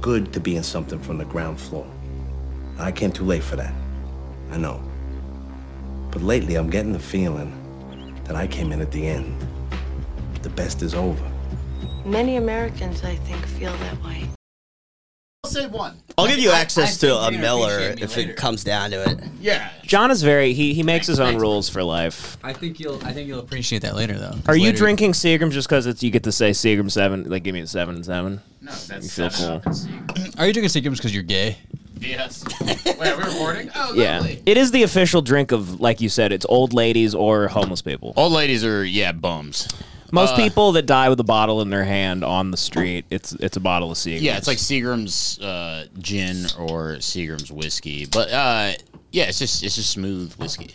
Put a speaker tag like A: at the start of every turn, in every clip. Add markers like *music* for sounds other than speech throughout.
A: good to be in something from the ground floor. I came too late for that. I know. But lately, I'm getting the feeling that I came in at the end. The best is over.
B: Many Americans, I think, feel that way.
C: I'll say one.
D: I'll give you
C: I- I
D: access
C: think
D: to
C: you're
D: a
C: gonna
D: Miller
C: appreciate me
D: if
C: later.
D: it comes down to it.
C: Yeah.
E: John is very he he makes his own rules for life.
F: I think you'll I think you'll appreciate that later though. 'Cause
E: Are you
F: later-
E: drinking Seagrams just because it's you get to say Seagram seven? Like, give me a seven and seven.
C: No, that's
E: You feel
C: seven up
E: cool.
C: and see.
F: Are you drinking Seagrams because you're gay?
C: Yes. Wait, are we *laughs* recording? Oh,
E: Yeah,
C: lovely.
E: it is the official drink of, like you said, it's old ladies or homeless people.
G: Old ladies are yeah bums.
E: Most
G: uh,
E: people that die with a bottle in their hand on the street, it's it's a bottle of Seagrams.
G: Yeah, it's like Seagram's uh, gin or Seagram's whiskey, but uh, yeah, it's just it's just smooth whiskey.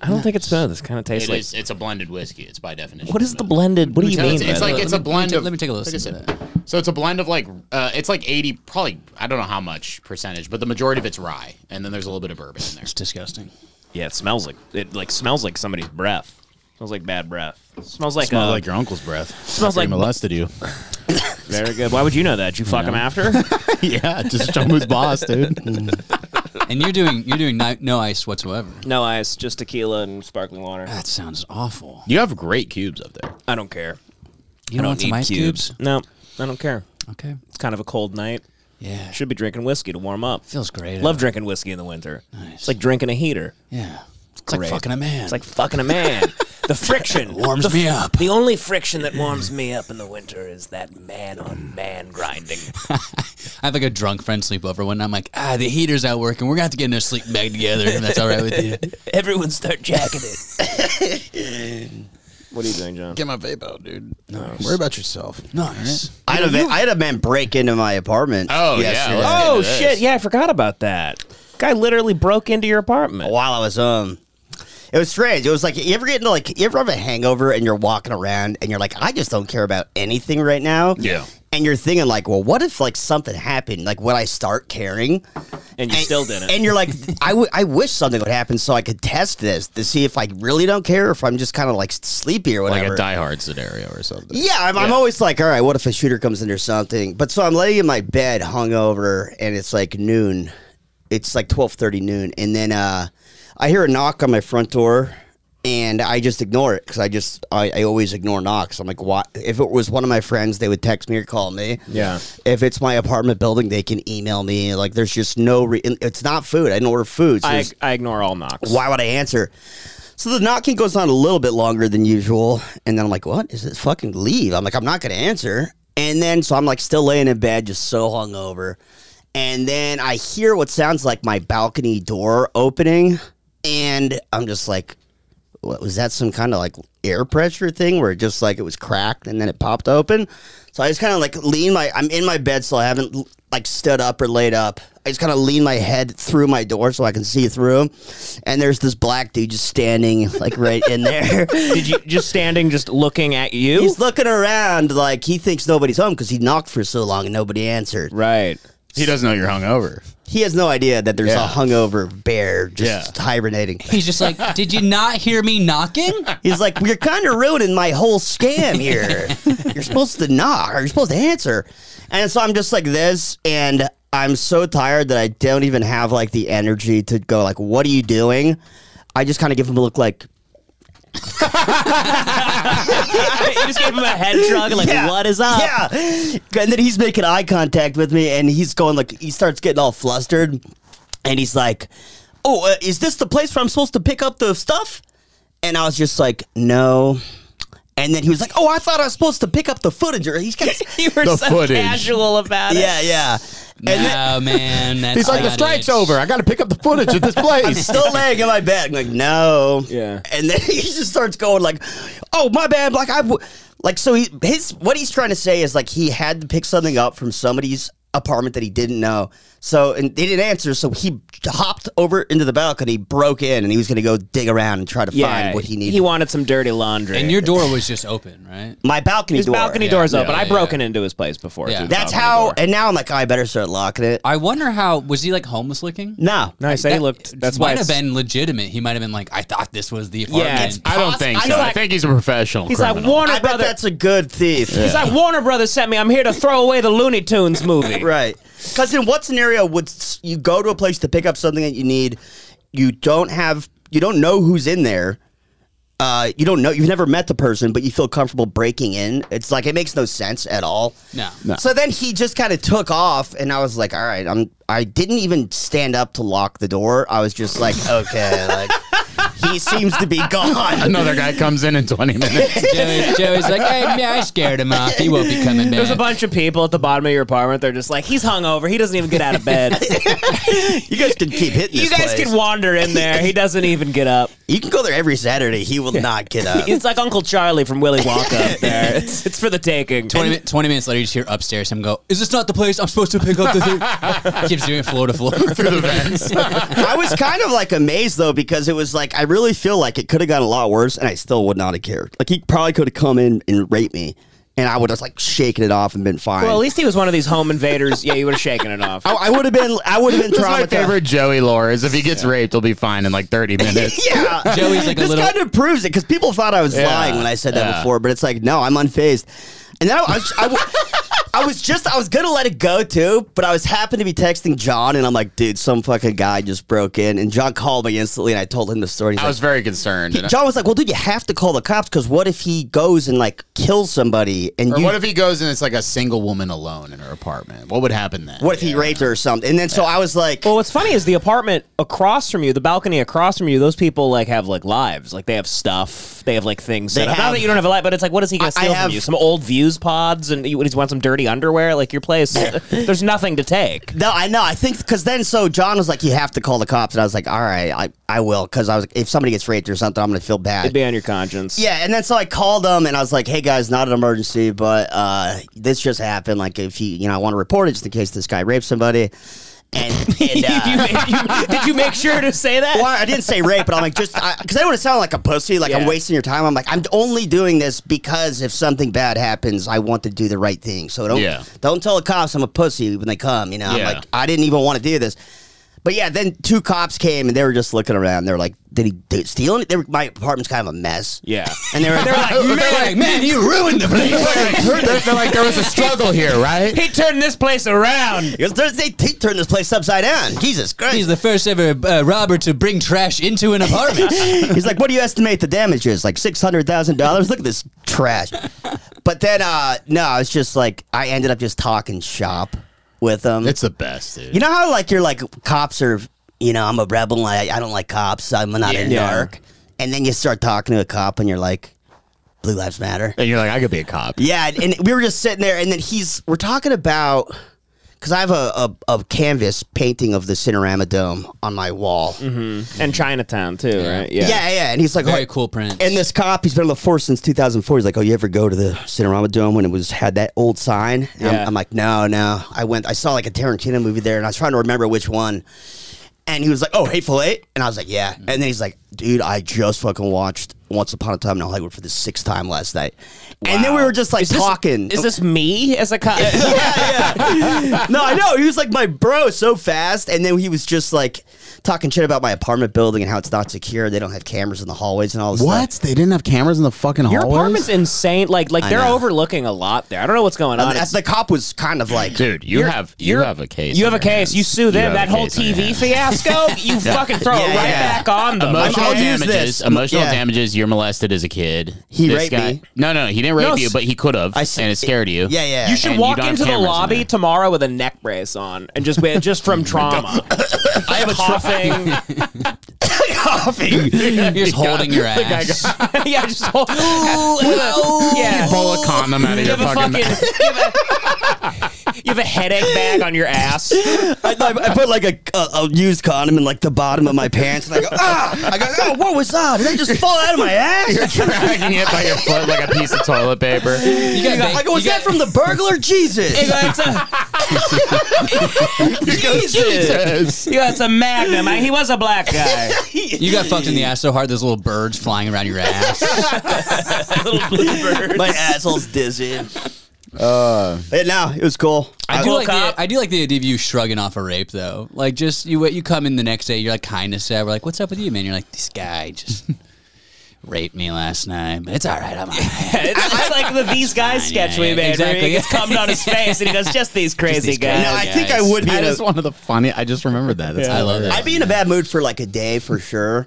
E: I don't think it's smooth. This kind
G: It
E: of tastes
G: is.
E: like.
G: It's a blended whiskey. It's by definition.
E: What is the
G: smooth.
E: blended? What do you
F: tell
E: mean?
F: us-
G: It's, it's
E: by
G: like
E: that?
F: Let
G: it's a
F: me-
G: blend
F: let me
G: of.
F: ta- let me take a
G: like I
F: listen to
G: said. So it's a blend of like uh, it's like eighty, probably I don't know how much percentage, but the majority of it's rye, and then there's a little bit of bourbon in there.
F: It's disgusting.
E: yeah, it smells like it like smells like somebody's breath. Smells like bad breath. Smells like uh,
G: your uncle's breath.
E: Smells like-
G: molested you.
E: very good. Why would you know that? Did you fuck him after?
G: *laughs* yeah, just Chum's boss, dude.
F: And you're doing you're doing ni- no ice whatsoever.
E: No ice, just tequila and sparkling water.
F: That sounds awful.
G: You have great cubes up there.
E: I don't care.
F: You don't want some ice cubes?
E: No, I don't care.
F: Okay.
E: It's kind of a cold night.
F: Yeah.
E: Should be drinking whiskey to warm up.
F: Feels great.
E: Love
F: out.
E: drinking whiskey in the winter.
F: Nice.
E: It's like drinking a heater.
F: Yeah. It's
E: Great.
F: like fucking a man.
E: It's like fucking a man. the *laughs* friction
F: warms
E: the,
F: me up.
E: The only friction that warms me up in the winter is that man on man grinding.
F: I have like a drunk friend sleepover one night. I'm like, ah, the heater's out working. We're gonna have to get in a sleep bag together if that's all right
E: *laughs*
F: with you.
E: Everyone start jacking it. what are you doing, John?
H: Get my vape out, dude. Worry about yourself.
F: Nice.
D: I had, a, man- I had a man break into my apartment.
G: Oh, yeah,
D: yesterday
G: let's
E: *laughs* Oh
G: Get into
E: shit!
G: this.
E: Yeah, I forgot about that. Guy literally broke into your apartment.
D: While I was um, it was strange. It was like you ever get into like you ever have a hangover and you're walking around and you're like, I just don't care about anything right now.
G: Yeah.
D: And you're thinking like, well, what if like something happened? Like, would I start caring?
E: And you still didn't.
D: And you're like, I, w- I wish something would happen so I could test this to see if I really don't care, or if I'm just kind of like sleepy or
G: Like
D: whatever.
G: a Die Hard scenario or something.
D: Yeah, I'm, I'm always like, all right, what if a shooter comes in or something? But so I'm laying in my bed, hungover, and it's like noon. It's like twelve thirty noon, and then uh, I hear a knock on my front door, and I just ignore it because I just I, I always ignore knocks. I'm like, what? If it was one of my friends, they would text me or call me.
E: Yeah.
D: If it's my apartment building, they can email me. Like, there's just no. Re- it's not food. I didn't order food. So
E: I,
D: there's-
E: I ignore all knocks.
D: why would I answer? So the knocking goes on a little bit longer than usual. And then I'm like, what is this? Fucking leave. I'm like, I'm not going to answer. And then, so I'm like still laying in bed, just so hungover. And then I hear what sounds like my balcony door opening. And I'm just like, what was that? Some kind of like air pressure thing where it just like it was cracked and then it popped open. So I just kind of like lean my, I'm in my bed, so I haven't like stood up or laid up. I just kind of lean my head through my door so I can see through. And there's this black dude just standing like right
G: *laughs*
D: in there.
E: Did you just standing, just looking at you?
D: He's looking around like he thinks nobody's home because he knocked for so long and nobody answered.
E: right.
G: He doesn't know you're hungover.
D: He has no idea that there's
G: Yeah.
D: a hungover bear just
G: Yeah.
D: hibernating.
F: He's just like, did you not hear me
G: *laughs*
F: knocking?
D: He's like, you're kind of ruining my whole scam
E: *laughs*
D: here. you're supposed to knock, or you're supposed to answer. And so I'm just like this, and I'm so tired that I don't even have like the energy to go like, what are you doing? I just kind of give him a look
E: *laughs*
D: like,
E: you just gave him a head shrug and like,
D: Yeah.
E: what is up?
D: yeah. And then he's making eye contact with me, and he's going like, he starts getting all flustered, and he's like, oh, uh, is this the place where I'm supposed to pick up the stuff? And I was just like, no. And then he was like, "Oh, I thought I was supposed to pick up the footage." Or he's
E: *laughs*
D: got, *laughs*
E: You were
G: The
E: so
G: footage.
E: casual about it.
D: yeah, yeah.
E: *laughs*
F: No, man. That's
G: He's like, the
F: not
G: strike's
F: it."
G: over. I got to pick up the footage at this
D: I'm
G: place.
D: still laying in my bed. I'm like, no.
E: Yeah.
D: And then *laughs* he just starts going like, "Oh, my bad." Like I, w-. like so he his what he's trying to say is like he had to pick something up from somebody's apartment that he didn't know. So and they didn't answer. So he hopped over into the balcony, broke in, and he was going to go dig around and try to find what he needed.
E: He wanted some dirty laundry.
F: And your door was just open, right?
D: my balcony
E: his
D: door.
E: balcony
F: Yeah.
E: door's open.
G: Yeah,
E: I
G: yeah,
E: broken into his place before.
F: Yeah.
E: through the
D: That's
E: balcony
D: how.
E: door.
D: And now I'm like, I better start locking it.
F: I wonder how was he like homeless looking?
D: No,
E: Nice. That, he looked. That's why.
F: might have
E: it's-
F: been legitimate. He might have been like, I thought this was the
E: Yeah,
F: apartment.
E: it's-
G: *laughs* I don't think
E: I'm
G: so. I
E: like-
G: think he's a professional.
E: He's like
G: criminal.
E: Warner
D: I bet
E: Brothers.
D: that's a good thief.
E: He's like Warner Brothers sent me. I'm here to throw away the Looney Tunes
D: *laughs*
E: movie.
D: Right. Because in what scenario would s- you go to a place to pick up something that you need? You don't have, you don't know who's in there. Uh, you don't know, you've never met the person, but you feel comfortable breaking in. It's like, it makes no sense at all.
F: No.
D: So then he just kind of took off, and I was like, all right, I'm, I didn't even stand up to lock the door. I was just
E: *laughs*
D: like, okay, like, he seems to be gone.
G: Another guy comes in in
F: *laughs*
G: 20 minutes.
F: Joey, Joey's like, hey, man, I scared him off. He won't be coming back.
E: There's a bunch of people at the bottom of your apartment. They're just like, he's hungover. He doesn't even get out of bed.
D: You guys can keep hitting
E: you
D: this
E: guys
D: place.
E: can wander in there. He doesn't even get up.
D: You can go there every Saturday. He will not get
E: *laughs*
D: up.
E: It's like Uncle Charlie from Willy Wonka up there. It's, it's for the taking.
F: 20, mi- 20 minutes later, you just hear upstairs him go, Is this not the place I'm supposed to pick up the thing? He keeps doing it floor to floor. *laughs*
D: I was kind of like amazed though because it was like I really feel like it could have gotten a lot worse, and I still would not have cared. Like he probably could have come in and raped me, and I would have like shaken it off and been fine.
E: Well, at least he was one of these home invaders. Yeah, you would have shaken it off.
D: I, I would have been. I
E: *laughs*
D: would have been
G: That's my
D: traumatized.
G: favorite Joey lore is if he gets raped, he'll be fine in like 30 minutes.
D: Yeah,
F: Joey's like a
D: this
F: little-
D: kind of proves it because people thought I was lying when I said that
G: yeah.
D: before, but it's like no, I'm unfazed. And then I, I was, I, w- *laughs* I was just, I was gonna let it go too, but I was happened to be texting John, and I'm like, dude, some fucking guy just broke in, and John called me instantly, and I told him the story. He's
G: I
D: like,
G: was very concerned.
D: He- John was like, "Well, dude, you have to call the cops because what if he goes and like kills somebody and
G: or
D: you?
G: what if he goes and it's like a single woman alone in her apartment? What would happen then?
D: what if he raped her or something?" And then so I was like,
E: Well, what's funny is the apartment across from you, the balcony across from you. Those people like have like lives, like they have stuff, they have like things.
D: They
E: set up. Not
D: have-
E: that you don't have a life, but it's like, what is he
D: I- I
E: gonna steal
D: have-
E: from you? Some old views pods, and you, what, he's want some dirty underwear. Like your place, there's nothing to take.
D: "No, I know. I think because then so John was like, "You have to call the cops," and I was like, "All right, I I will," because I was like, if somebody gets raped or something, I'm gonna feel bad.
E: It'd be on your
D: *laughs*
E: conscience.
D: Yeah, and then so I called them and I was like, "Hey guys, not an emergency, but uh, this just happened. Like, if you you know, I want to report it just in case this guy raped somebody." And, and uh,
E: *laughs* You made- you- did you make sure to say that?
D: Well, I didn't say rape, but I'm like, just because I, don't want to sound like a pussy, like I'm
E: Yeah.
D: wasting your time. I'm like, I'm only doing this because if something bad happens, I want to do the right thing. So don't
G: Yeah.
D: don't tell the cops I'm a pussy when they come. You know,
G: Yeah.
D: I'm like, I didn't even want to do this. But yeah, then two cops came and they were just looking around. They were like, "Did he did, steal it?" They were, my apartment's kind of a mess.
E: Yeah.
D: and *laughs* they were,
E: They're like,
F: They're like, Man, you ruined
G: *laughs*
F: the place.
G: they're, they're like, there was a struggle here, right?
E: he turned this place around.
D: because they, they turned this place upside down. Jesus Christ!
F: He's the first ever uh, robber to bring trash into an apartment.
D: He's like, what do you estimate the damage is? Like six hundred thousand dollars? Look at this trash. But then, uh, no, it's just like I ended up just talking shop with them.
G: It's the best, dude.
D: you know how like you're like cops are, you know, I'm a rebel. I, I don't like cops. I'm not in
E: Yeah.
D: dark. And then you start talking to a cop, and you're like, Blue Lives Matter.
G: and you're like, I could be a cop.
D: Yeah, and- and we were just sitting there, and then he's we're talking about because I have a, a a canvas painting of the Cinerama Dome on my wall.
E: And Chinatown too, right?
D: Yeah. yeah, and he's like,
F: Very
D: "Oh,
F: cool print.
D: And this cop, he's been on the force since 2004. He's like, "Oh, you ever go to the Cinerama Dome when it was had that old sign?" And I'm,
E: Yeah.
D: I'm like, "No, no. I went. I saw like a Tarantino movie there, and I was trying to remember which one." And he was like, "Oh, Hateful Eight? and I was like, "Yeah." And then he's like, "Dude, I just fucking watched Once Upon a Time in Hollywood for the sixth time last night." And then we were just like
E: Is this-
D: talking. *laughs*
E: Is this me as a cop?
D: no, I know. He was like my bro so fast. And then he was just like talking shit about my apartment building and how it's not secure. They don't have cameras in the hallways and all this
G: What?
D: stuff.
G: They didn't have cameras in the fucking
E: Your
G: hallways?
E: apartment's insane. Like, like
D: I
E: they're
D: know. Um,
E: overlooking a lot there. I don't know what's going on.
D: And
E: It's-
D: that's- the cop was kind of like,
G: Dude, you
E: You're-
G: have you
E: you're-
G: have a case.
E: You
G: on
E: have a
G: your
E: case.
G: hands.
E: You sue them.
G: have
E: that
G: a
E: whole
G: case on your
E: TV
G: hands.
E: fiasco.
G: *laughs*
E: You fucking throw
D: Yeah,
E: it right
D: yeah.
E: back on them. oh,
G: Emotional
D: I'll use
G: damages.
D: this.
G: Emotional
D: Yeah.
G: damages. You're molested as a kid.
D: He raped me.
G: No, no, he didn't rape
E: No,
G: you,
E: s-
G: but he could have.
D: I s-
G: and it scared you.
D: Yeah, yeah.
E: You should
G: And you
E: walk
G: don't have
E: into the
G: cameras in *laughs*
E: lobby
G: there.
E: tomorrow with a neck brace on and just
G: *laughs*
E: just from trauma. I have a coughing.
D: coughing.
F: *laughs* You're
G: *laughs*
F: just holding your ass.
E: *laughs*
F: *laughs*
E: yeah, just
G: *gasps*
E: hold, *laughs*
G: *laughs*
E: yeah.
G: Pull a condom out of
E: You
G: your
E: have a
G: fucking. *laughs*
E: fucking. You have a, you have a headache bag on your ass.
D: I, I, I put like a, a, a used condom in like the bottom of my pants, and I go ah. I go oh, what was that? Did I just fall out of my
F: *laughs*
D: ass?
G: dragging it by your foot like a piece of toilet paper.
F: You got
D: I
F: bank-
D: go, was
F: you
D: "Oh, that
F: got-
D: from the burglar?
F: *laughs*
D: Jesus.
E: It's a,
G: *laughs* Jesus.
E: yeah, it's a magnum. I- he was a black guy.
F: You got fucked in the ass so hard, there's little birds flying around
E: *laughs*
F: your ass.
D: my asshole's dizzy. But no, it was cool.
F: I do
E: Cool
F: like the,
E: cop.
F: I do like the idea of you shrugging off a rape though.
E: *laughs*
F: Like just you you come in the next day, you're like kind of sad. We're like, what's up with you, man? You're like, this guy just raped me last night, but it's all right. I'm all right.
E: It's, it's like the these guys
F: Yeah,
E: sketch we
F: yeah,
E: made. Exactly. Where
F: exactly.
E: he gets cummed
G: *laughs*
E: on his face, and he goes, "Just these crazy
F: these
E: guys."
F: guys.
D: No, I think I
F: guys.
D: would be.
G: That
D: in
G: is
D: a,
G: one of the funny. I just remembered that. That's
F: I love it.
D: I'd be in a bad mood for like a day for sure.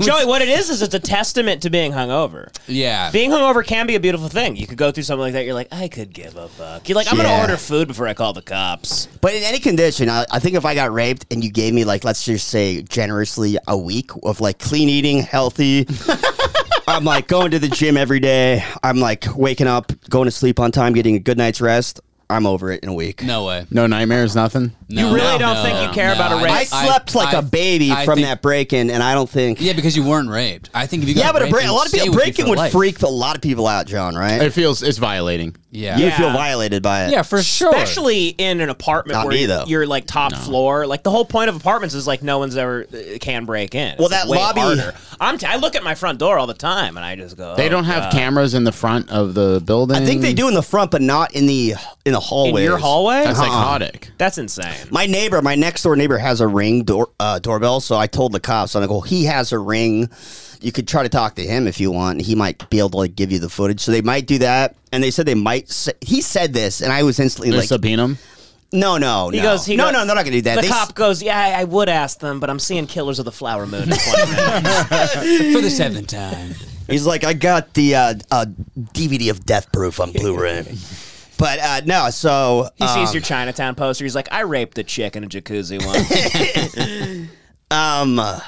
E: Joey, what it is is it's a testament to being hungover.
F: *laughs* yeah.
E: Being hungover can be a beautiful thing. You could go through something like that. You're like, I could give a fuck. You're like, I'm
D: Yeah.
E: gonna order food before I call the cops.
D: But in any condition, I, I think if I got raped and you gave me like let's just say generously a week of like clean eating, healthy. I'm like going to the gym every day. I'm like waking up, going to sleep on time, getting a good night's rest. I'm over it in a week.
F: No way.
G: No nightmares, nothing.
F: No,
E: You really
F: no,
E: don't think you care about a rape?
D: I slept like
F: a
D: a baby from that break in, and I don't think. Yeah,
F: Yeah, because you weren't raped. I think if you got
D: but a,
F: raped,
D: break,
F: it
D: a lot of
F: stay
D: people
F: with you
D: breaking
F: for
D: would
F: life.
D: freak a lot of people out, John. Right?
G: It feels it's violating.
F: Yeah.
D: you would
F: yeah,
D: feel
E: Yeah.
D: violated by it.
F: for sure.
E: Especially in an apartment
D: Not
E: where
D: me, though.
E: you're like top floor. Like the whole point of apartments is like no one's ever uh, can break in. It's,
D: Well, that
E: like, way
D: lobby-
E: harder. I'm t- I look at my front door all the time and I just go.
G: They
E: "Oh,
G: don't have
E: God."
G: cameras in the front of the building.
D: I think they do in the front, but not in the in the hallway.
E: in your hallway.
G: That's
D: Uh-uh.
G: psychotic.
E: That's insane.
D: My neighbor, my next door neighbor, has a ring door uh, doorbell. So I told the cops, I'm like, "Well, he has a ring. You could try to talk to him if you want. He might be able to like give you the footage." So they might do that, and they said they might. Say, he said this, and I was instantly
G: They
D: like,
G: subpoena 'em.
D: "No, no,
E: He
D: no,
E: goes. He
D: no,
E: goes,
D: no, they're not gonna do that."
E: The
D: They s-
E: cop goes. Yeah, I, I would ask them, but I'm seeing Killers of the Flower Moon. in
D: *laughs*
E: 20 minutes."
F: for the seventh time.
D: He's like, I got the uh, uh, DVD of Death Proof on
E: *laughs*
D: Blu-ray, but uh, no. So
E: He
D: um,
E: sees your Chinatown poster. He's like, I raped a chick in a
D: *laughs*
E: jacuzzi once.
D: um, uh,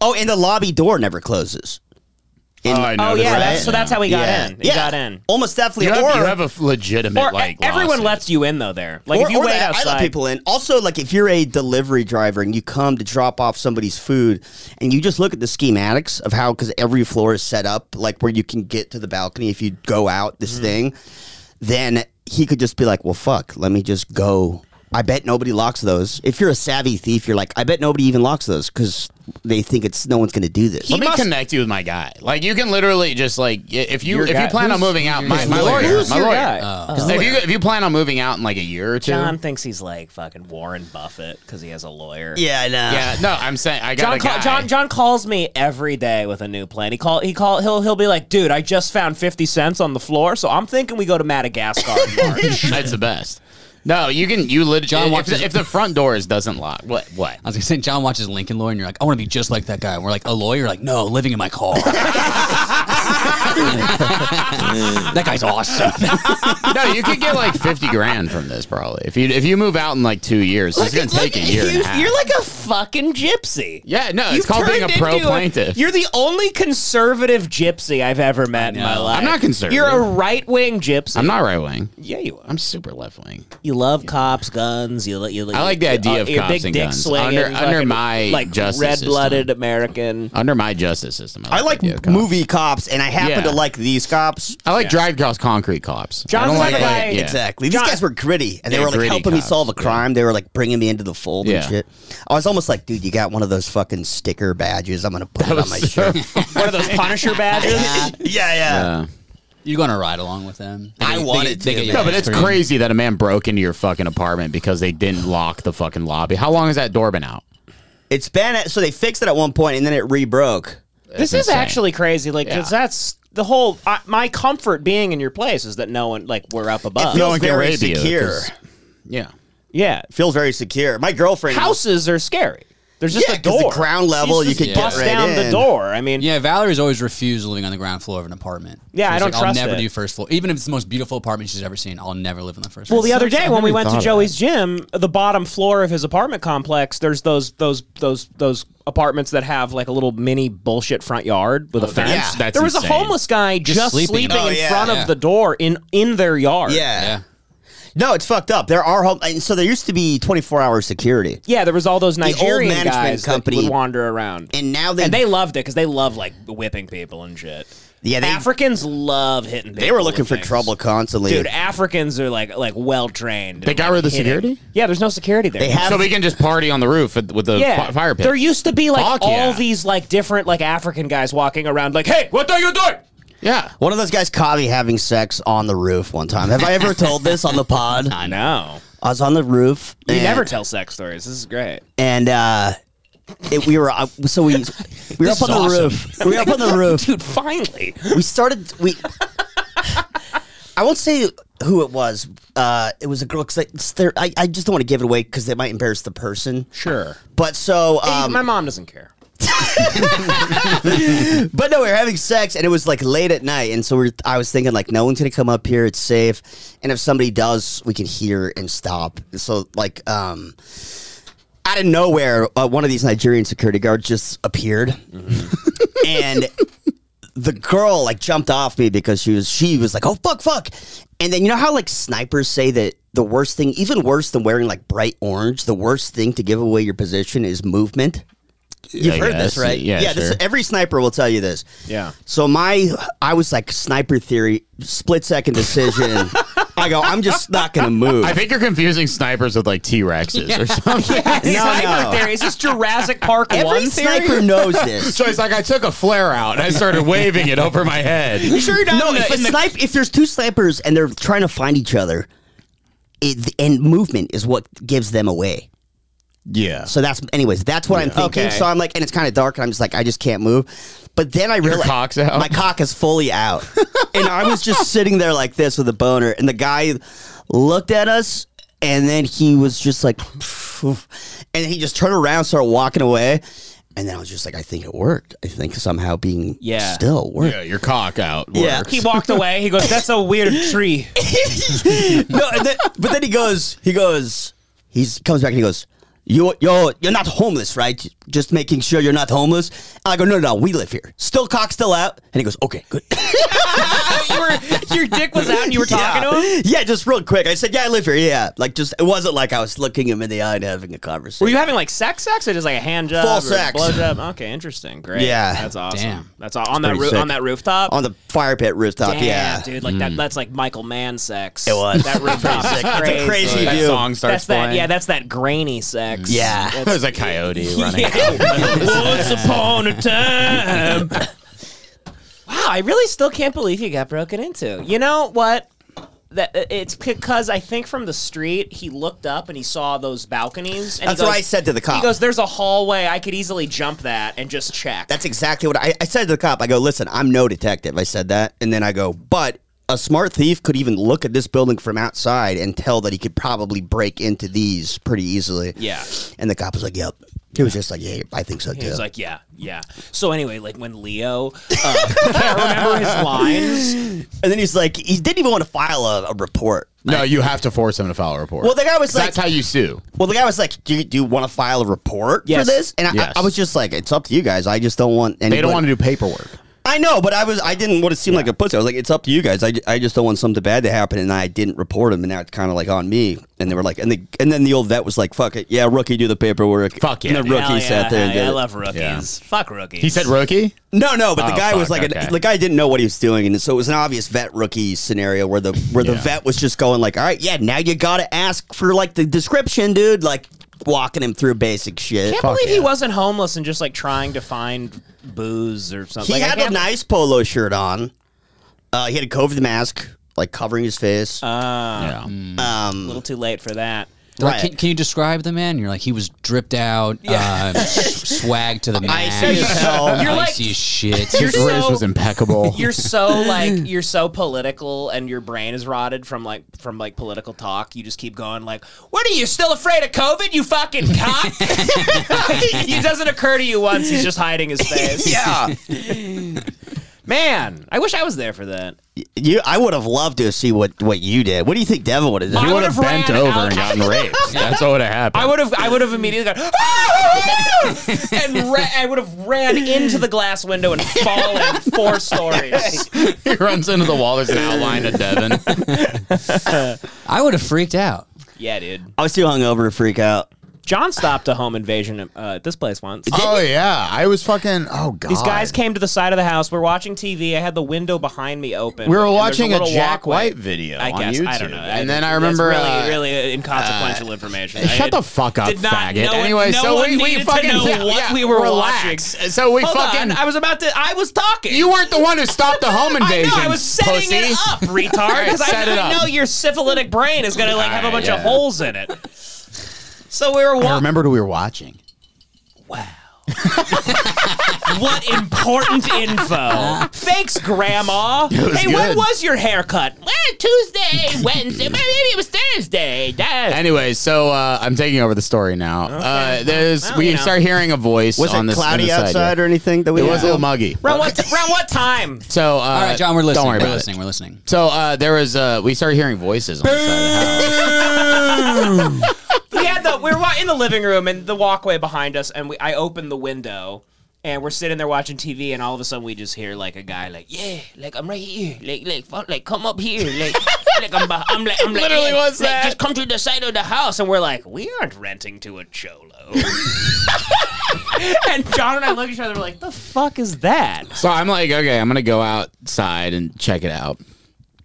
D: oh, and the lobby door never closes.
G: oh, I
E: oh
G: noticed
E: yeah,
G: that.
E: that's, so that's how he got
D: yeah,
E: in. He
D: yeah,
E: got in.
D: almost definitely.
G: You have,
D: or
G: you have a f- legitimate
E: Or e,
G: like.
E: everyone
G: lawsuit.
E: lets you in though. There, like
D: or,
E: if you
D: or
E: wait
D: that, I
E: outside.
D: let people in. Also, like if you're a delivery driver and you come to drop off somebody's food, and you just look at the schematics of how because every floor is set up, like where you can get to the balcony if you go out this
E: Mm-hmm.
D: thing, then he could just be like, "Well, fuck, let me just go." I bet nobody locks those. If you're a savvy thief, you're like, I bet nobody even locks those because they think it's no one's going to do this.
G: Let me
E: must-
G: connect you with my guy. Like you can literally just like i- if you
E: Your
G: if
E: guy.
G: you plan on
E: Who's
G: moving out,
F: your-
G: my,
F: his
G: my
F: lawyer?
G: lawyer,
E: Who's
G: my
E: your
G: lawyer.
E: guy?
G: If you if you plan on moving out in like a year or two,
E: Oh. John thinks he's like fucking Warren Buffett because he has a lawyer.
D: yeah, I know.
G: yeah, no, I'm saying I got
E: John,
G: a
E: call,
G: guy. *laughs*
E: John John calls me every day with a new plan. He call he call he'll he'll be like, dude, I just found fifty cents on the floor, so I'm thinking we go
G: *laughs*
E: to Madagascar in March.
G: That's the best. No, you can you lit
F: John
G: if,
F: watches-
G: the, if the front doors doesn't lock, what what?
F: I was gonna say, John watches Lincoln Lawyer, and you're like, I want to be just like that guy. And we're like, a lawyer, You're like, no, living in my car. *laughs* that guy's awesome. *laughs*
G: no, you could get like fifty grand from this probably if you if you move out in like two years. It's gonna take a year and a half.
E: You're like a fucking gypsy.
G: yeah, no, it's called being a
E: turned
G: pro
E: into
G: plaintiff.
E: You're the only conservative gypsy I've ever met in my life.
G: I'm not conservative.
E: You're a right wing gypsy.
G: I'm not right wing.
E: yeah, you are.
G: I'm super left wing.
E: You love cops, guns. You, li- you li-
G: I like the
E: you-
G: idea of
E: you're
G: cops
E: big
G: and
E: dick
G: guns.
E: Swinging,
G: Under- under
E: fucking,
G: my
E: like
G: justice
E: red blooded
G: system. *laughs*
E: American.
G: Under my justice system,
D: I
G: the
D: like
G: idea of cops.
D: movie cops, and I happen
G: Yeah.
D: to like these cops.
G: I like drive across concrete cops.
E: John's
G: I don't
E: the
G: like,
E: type of
G: like-
E: guy-
G: yeah.
D: Exactly. These
E: John-
D: guys were gritty, and they
G: Yeah,
D: were like
G: gritty
D: helping me
G: cops,
D: solve a
G: yeah.
D: crime. They were like bringing me into the fold and
G: Yeah.
D: shit. I was almost like, dude, you got one of those fucking sticker badges. I'm gonna put it on
G: *laughs*
D: my shirt. *laughs*
E: One of those Punisher *laughs* badges.
D: yeah, yeah.
G: Yeah.
F: You're gonna ride along with them.
D: I wanted to,
F: get your
G: No, but
F: ass
G: it's
F: pretty-
G: crazy that a man broke into your fucking apartment because they didn't lock the fucking lobby. How long has that door been out?
D: It's been so they fixed it at one point, and then it rebroke.
E: this is
G: insane.
E: actually crazy. Like, 'cause
G: Yeah.
E: that's the whole. I, my comfort being in your place is that no one, like, we're up above.
D: It feels
G: one can
D: very
G: rape you,
D: secure.
G: 'cause- Yeah.
E: yeah.
D: feels very secure. My girlfriend
E: Houses are scary. There's just
D: yeah,
E: a
D: 'cause
E: door.
D: the ground level. You,
E: just
D: could get
E: bust
D: right
E: down
D: in.
E: the door. I mean,
F: Yeah, Valerie's always refused living on the ground floor of an apartment.
E: Yeah, I
F: She's
E: don't
F: like,
E: trust
F: I'll never
E: it.
F: do first floor, even if it's the most beautiful apartment she's ever seen. I'll never live on the first.
E: Well,
F: floor.
E: the other day when we went to
G: thought of
E: Joey's gym, the bottom floor of his apartment complex, there's those those those those apartments that have like a little mini bullshit front yard with a fence.
G: yeah, that's
E: there was a
G: insane.
E: homeless guy just, sleeping,
F: sleeping.
D: Oh,
E: in
D: yeah.
E: front
F: Yeah.
E: of the door in in their yard.
D: Yeah.
F: yeah,
D: No, it's fucked up. There are home, and so there used to be 24 hour security,
E: Yeah, there was all those
D: old
E: Nigerian
D: management
E: guys
D: company-
E: that would wander around.
D: and now they
E: and they loved it because they love like whipping people and shit.
D: Yeah, they-
E: Africans love hitting.
D: they were
E: people
D: looking
E: with
D: for
E: things.
D: trouble constantly.
E: dude. Africans are like like well trained.
G: They got rid of the security?
E: Yeah, there's no security there.
D: They have
G: So we can just party on the roof with with the
E: yeah.
G: fi- fire pit.
E: There used to be like
G: Fuck
E: all
G: yeah.
E: these like different like African guys walking around like, hey, what are you doing?
G: yeah.
D: One of those guys caught me having sex on the roof one time. Have I ever told this on the pod?
E: I know.
D: I was on the roof.
E: You
D: and,
E: never tell sex stories. This is great.
D: And uh, it, we were up, so we we were up on the roof. We were up on the roof.
E: dude. Finally,
D: We started we. I won't say who it was. Uh, it was a girl. Cause I, it's their- I, I just don't want to give it away because they might embarrass the person.
G: Sure.
D: But so,
E: Hey,
D: um,
E: my mom doesn't care.
D: but no, we were having sex, and it was like late at night, and so we we're, I was thinking like, no one's gonna come up here. It's safe, and if somebody does, we can hear and stop. So like, um, out of nowhere, uh, one of these Nigerian security guards just appeared,
G: Mm-hmm.
D: *laughs* and the girl like jumped off me because she was she was like, oh fuck, fuck, and then you know how like snipers say that. The worst thing, even worse than wearing like bright orange, the worst thing to give away your position is movement. You've
G: I
D: heard this,
G: guess.
D: right?
G: Yeah,
D: this,
G: sure.
D: every sniper will tell you this.
E: Yeah.
D: So my, I was like sniper theory, split second decision. I go, I'm just not gonna move.
G: I think you're confusing snipers with like T Rexes or something.
E: *laughs* Sniper theory. Is this Jurassic Park
D: every
E: one theory?
D: sniper knows this.
G: So it's like I took a flare out and I started waving it over my head. You sure you're
D: no, if, a snipe, if there's two snipers and they're trying to find each other, it, and movement is what gives them away.
G: Yeah.
D: So that's, anyways, that's what I'm thinking.
G: Okay.
D: So I'm like, and it's kind of dark, and I'm just like, I just can't move. But then I realized
G: cock's out?
D: my cock is
G: *laughs*
D: fully out, and I was just sitting there like this with a boner, and the guy looked at us, and then he was just like, *laughs* and he just turned around, started walking away, and then I was just like, I think it worked. I think somehow being
E: Yeah.
D: still worked.
G: Yeah, your cock out.
D: Yeah.
G: works.
E: He walked away. He goes, "That's a weird
D: *laughs*
E: tree." *laughs*
D: no, and then, but then he goes, he goes, he comes back and he goes, you, yo, you're not homeless, right? Just making sure you're not homeless. I go, no, no, no, we live here. Still cock, still out. And he goes, okay, good.
E: you were, your dick was out, and you were
D: *laughs*
E: talking
D: yeah.
E: to him.
D: Yeah, just real quick. I said, yeah, I live here. Yeah, like just it wasn't like I was looking him in the eye and having a conversation.
E: Were you having like sex, sex, or just like a hand job,
D: Full
E: or
D: sex.
E: blow job? Okay, interesting, great.
D: Yeah.
E: that's awesome.
F: Damn.
E: That's aw- on that
D: pretty
E: roof
D: sick.
E: on that rooftop.
D: on the fire pit rooftop?
E: Damn,
D: yeah,
E: dude, like that. That's like Michael Mann sex.
D: it was. *laughs*
E: that rooftop. is
D: That's
E: crazy.
D: a crazy
G: that
D: view.
G: song starts
E: That's that.
G: playing.
E: Yeah, that's that grainy sex.
D: Yeah.
G: *laughs* It was a coyote running.
E: Once upon a time. Wow, I really still can't believe you got broken into. You know what? That uh, it's because I think from the street he looked up and he saw those balconies. And he
D: That's what
E: goes-
D: I said to the cop.
E: He goes, "There's a hallway. I could easily jump that and just check."
D: That's exactly what I, I said to the cop. I go, listen, I'm no detective. I said that. And then I go, but a smart thief could even look at this building from outside and tell that he could probably break into these pretty easily.
E: Yeah.
D: And the cop was like, yep. He was just like, yeah, I think so too.
E: He was like, yeah, yeah. So anyway, like when Leo, uh, *laughs* I remember his lines.
D: and then he's like, he didn't even want to file a, a report.
G: no, you have to force him to file a report.
D: Well, the guy was like,
G: that's how you sue.
D: well, the guy was like, do you, do you want to file a report
E: Yes.
D: for this? And I,
G: Yes.
D: I was just like, it's up to you guys. I just don't want. Anybody.
G: They don't want to do paperwork.
D: I know, but I was I didn't want to seem like a pussy. I was like, it's up to you guys. I, I just don't want something bad to happen, and I didn't report him, and now it's kind of like on me. And they were like, and the and then the old vet was like, fuck it, yeah, rookie, do the paperwork.
G: Fuck
D: And
G: yeah,
D: the rookie
E: Hell
D: sat there and
E: hell
D: did
E: yeah, I
D: it.
E: love rookies. Fuck rookies.
G: He said rookie.
D: No, no, but the
G: Oh,
D: guy was
G: fuck,
D: like,
G: okay.
D: an, the guy didn't know what he was doing, and so it was an obvious vet rookie scenario where the where the
G: Yeah.
D: vet was just going like, all right, yeah, now you got to ask for like the description, dude, like walking him through basic shit.
E: Can't believe he wasn't homeless and just like trying to find booze or something.
D: He
E: Like, I
D: had a
E: can't-
D: nice polo shirt on. Uh, he had a COVID mask, like covering his face.
G: Yeah.
E: A little too late for that.
F: They're like,
D: Right.
F: can, can you describe the man? You're like, he was dripped out, uh, s- swag to the max.
D: *laughs* Icy as hell.
F: You're
E: You're like-
F: icy as shit.
E: You're
G: His wrist
E: so-
G: was
D: *laughs*
G: impeccable. *laughs*
E: You're so like you're so political and your brain is rotted from like from like political talk. You just keep going like, "What are you still afraid of COVID? You fucking cock!" *laughs* it doesn't occur to you once he's just hiding
D: *laughs*
E: his face.
D: yeah.
E: Man, I wish I was there for that.
D: You, I would have loved to see what what you did. What do you think Devin would have done?
E: I
G: he would
E: would've
G: have bent
E: ran
G: over
E: *laughs* out.
G: and gotten raped. That's what would have happened.
E: I would have I would have immediately gone "Ah!" and ra- I would have ran into the glass window and fallen *laughs* four stories.
G: he runs into the wall. There's an outline of Devin.
F: *laughs* I would have freaked out.
E: Yeah, dude.
D: I was too hungover to freak out.
E: John stopped a home invasion uh, at this place once.
G: oh yeah, I was fucking. Oh god,
E: These guys came to the side of the house. We're watching TV. I had the window behind me open.
G: We were
E: and there's
G: watching a,
E: little
G: Jack
E: walkway.
G: White video
E: I
G: on
E: guess
G: YouTube,
E: I don't know.
G: and then I
E: that's
G: remember.
E: really,
G: uh,
E: really inconsequential information. I
G: *laughs* Shut
E: had-
G: the fuck up,
E: did not-
G: faggot.
E: no one-
G: anyway,
E: no
G: so
E: one
G: we, we
E: needed to
G: fucking
E: know
G: *laughs* yeah,
E: what
G: yeah,
E: we were
G: relax.
E: watching.
G: So we
E: Hold
G: fucking.
E: on. I was about to. I was talking.
G: you weren't the one who stopped the home invasion.
E: *laughs* I know. I was setting
G: pussy.
E: it up,
G: All
E: retard.
G: right,
E: Because
G: set it
E: I, I
G: up. Ah,
E: know your syphilitic brain is gonna like have a
G: Alright,
E: bunch of
G: yeah.
E: holes in it. So we were
G: I
E: walking.
G: remembered we were watching.
E: What important info. Thanks,
G: *laughs*
E: Grandma. Hey, when
H: good.
E: was your haircut? Well, Tuesday, Wednesday, maybe it was Thursday. Dad.
G: Anyway, so uh, I'm taking over the story now. Uh, there's
E: Well,
G: we
E: you know.
G: start hearing a voice
D: Was
G: on
D: it
G: this on
D: cloudy
G: this side,
D: outside
G: yeah.
D: or anything that we
G: It
D: had
G: was a
D: to-
G: little muggy.
E: Around what, around what time?
G: So uh,
F: All right, John, we're listening.
G: Don't worry
F: we're
G: about
F: listening.
G: it.
F: We're listening.
G: So uh, there was uh, we started hearing voices on the side of the
F: *laughs*
G: house.
E: we had the we were wa- in the living room and the walkway behind us, and we I opened the window. And we're sitting there watching TV, and all of a sudden we just hear like a guy like, "Yeah, like I'm right here, like like fuck, like come up here, like like I'm, beh- I'm like I'm like,
G: Literally
E: yeah,
G: was
E: like,
G: that.
E: just come to the side of the house," and we're like, "We aren't renting to a cholo." and John and I look at each other, we're like, "The fuck is that?"
G: *laughs* So I'm like, okay, I'm gonna go outside and check it out.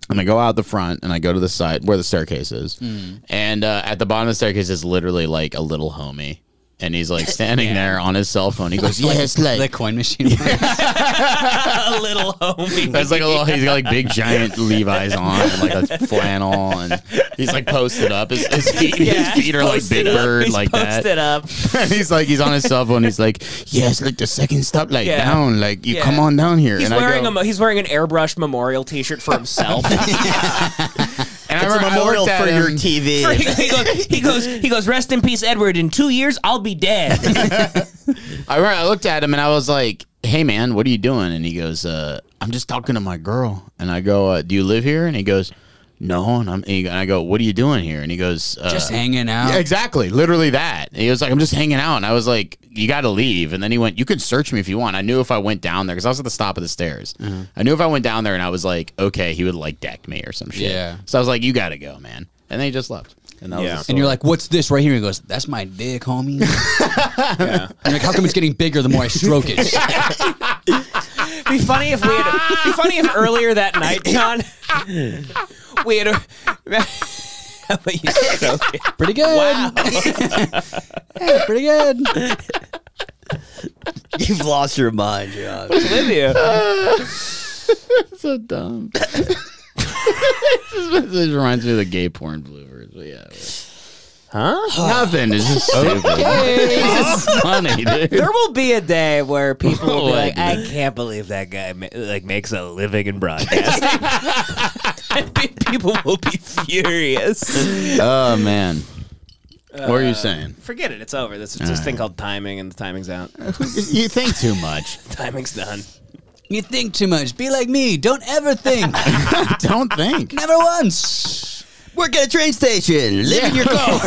G: And I go out the front and I go to the side where the staircase is.
F: Hmm.
G: And uh, at the bottom of the staircase is literally like a little homie. And he's like standing
F: *laughs*
G: there on his cell phone. He goes, Yes, like,
F: The coin machine.
E: a little homie.
G: That's like a little. He's got like big giant Levi's on, and like a flannel, and he's like posted up. His, his feet,
E: *laughs* Yeah,
G: his feet are like Big Bird,
E: He's
G: like
E: posted
G: that.
E: up.
G: And *laughs* he's like, he's on his cell phone. He's like, yes, like the second stoplight
E: Yeah.
G: down. Like you
E: Yeah.
G: come on down here.
E: He's
G: and
E: wearing
G: I go,
E: a mo- he's wearing an airbrush memorial T-shirt for himself.
G: and I
D: It's a
G: remember I
D: memorial
G: looked at um,
D: for your
G: him.
E: *laughs*
D: TV.
E: he, goes, he goes, he goes, rest in peace, Edward. In two years, I'll be *laughs* dead.
G: I, remember I looked at him and I was like, hey man, what are you doing? And he goes, uh, I'm just talking to my girl. And I go, uh, do you live here? And he goes, no. And, I'm, and he- and I go, what are you doing here? And he goes, uh,
F: Just hanging out.
G: Yeah, exactly. Literally that. He was like, I'm just hanging out. And I was like, you got to leave. And then he went, you can search me if you want. I knew if I went down there, because I was at the top of the stairs.
F: Uh-huh.
G: I knew if I went down there and I was like, okay, he would like deck me or some shit.
F: Yeah.
G: So I was like, you got to go, man. And then he just left. And that was
F: And you're like, what's this right here? He goes, that's my dick,
G: *laughs*
F: homie. And you're like, how come it's getting bigger the more I stroke it?
E: be funny if we had. Be funny if earlier that *laughs* night, John, we had. *laughs* A, but you stroke it.
F: Pretty good. *laughs* Hey, pretty good.
D: *laughs* You've lost your mind, John.
E: With you.
G: so dumb. *laughs* this reminds me of the gay porn bloopers. But yeah. Huh? Nothing. It's just stupid. *laughs* It's just funny, dude.
E: There will be a day where people will be
G: Oh, I
E: like, "I can't believe that guy ma- like makes a living in broadcasting." *laughs* And people will be furious.
G: Oh, man. What are you saying?
E: Forget it. It's over. This is this thing called timing, and the timing's out.
G: You think too much.
E: *laughs* timing's done.
F: You think too much. Be like me. Don't ever think.
G: *laughs* Don't think.
F: Never once.
D: Work at a train station. Live in your car.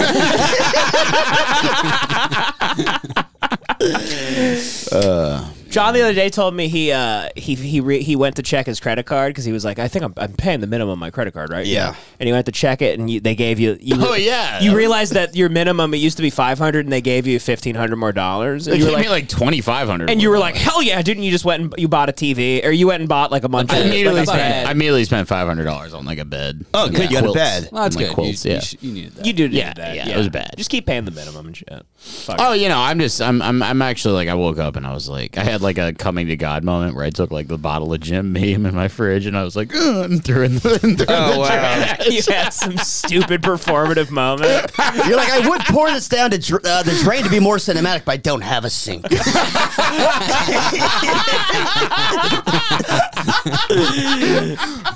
E: John the other day told me he uh, he he re- he went to check his credit card because he was like, I think I'm, I'm paying the minimum on my credit card, right?
D: Yeah.
E: And he went to check it, and you, they gave you. you
G: Oh, yeah.
E: You realized that your minimum it used to be five hundred, and they gave you fifteen hundred more dollars, and
G: They
E: you were
G: gave
E: like,
G: me like twenty five hundred,
E: and you were like, hell yeah! Didn't you just went and you bought a TV, or you went and bought like a bunch
G: I
E: of
G: immediately
E: like a
G: spent
E: bed.
G: I immediately spent five hundred dollars on like a bed.
D: Oh, good, you had a
G: Quilts.
D: bed.
F: Well, that's
G: Like
F: good. You-
G: quilts,
F: you,
G: yeah.
F: sh- you needed that.
E: You do need
G: Yeah,
E: that.
G: yeah, it was bad.
E: Just keep paying the minimum and shit. Fuck.
G: Oh, you know, I'm just I'm I'm I'm actually like I woke up and I was like I had like a coming to God moment where I took like the bottle of Jim Beam in my fridge and I was like "Ugh," and threw in the, *laughs* and threw in
F: Oh,
G: the trash.
E: *laughs* you had some stupid performative moment.
D: *laughs* You're like, I would pour this down to dr- uh, the train to be more cinematic, but I don't have a sink. *laughs*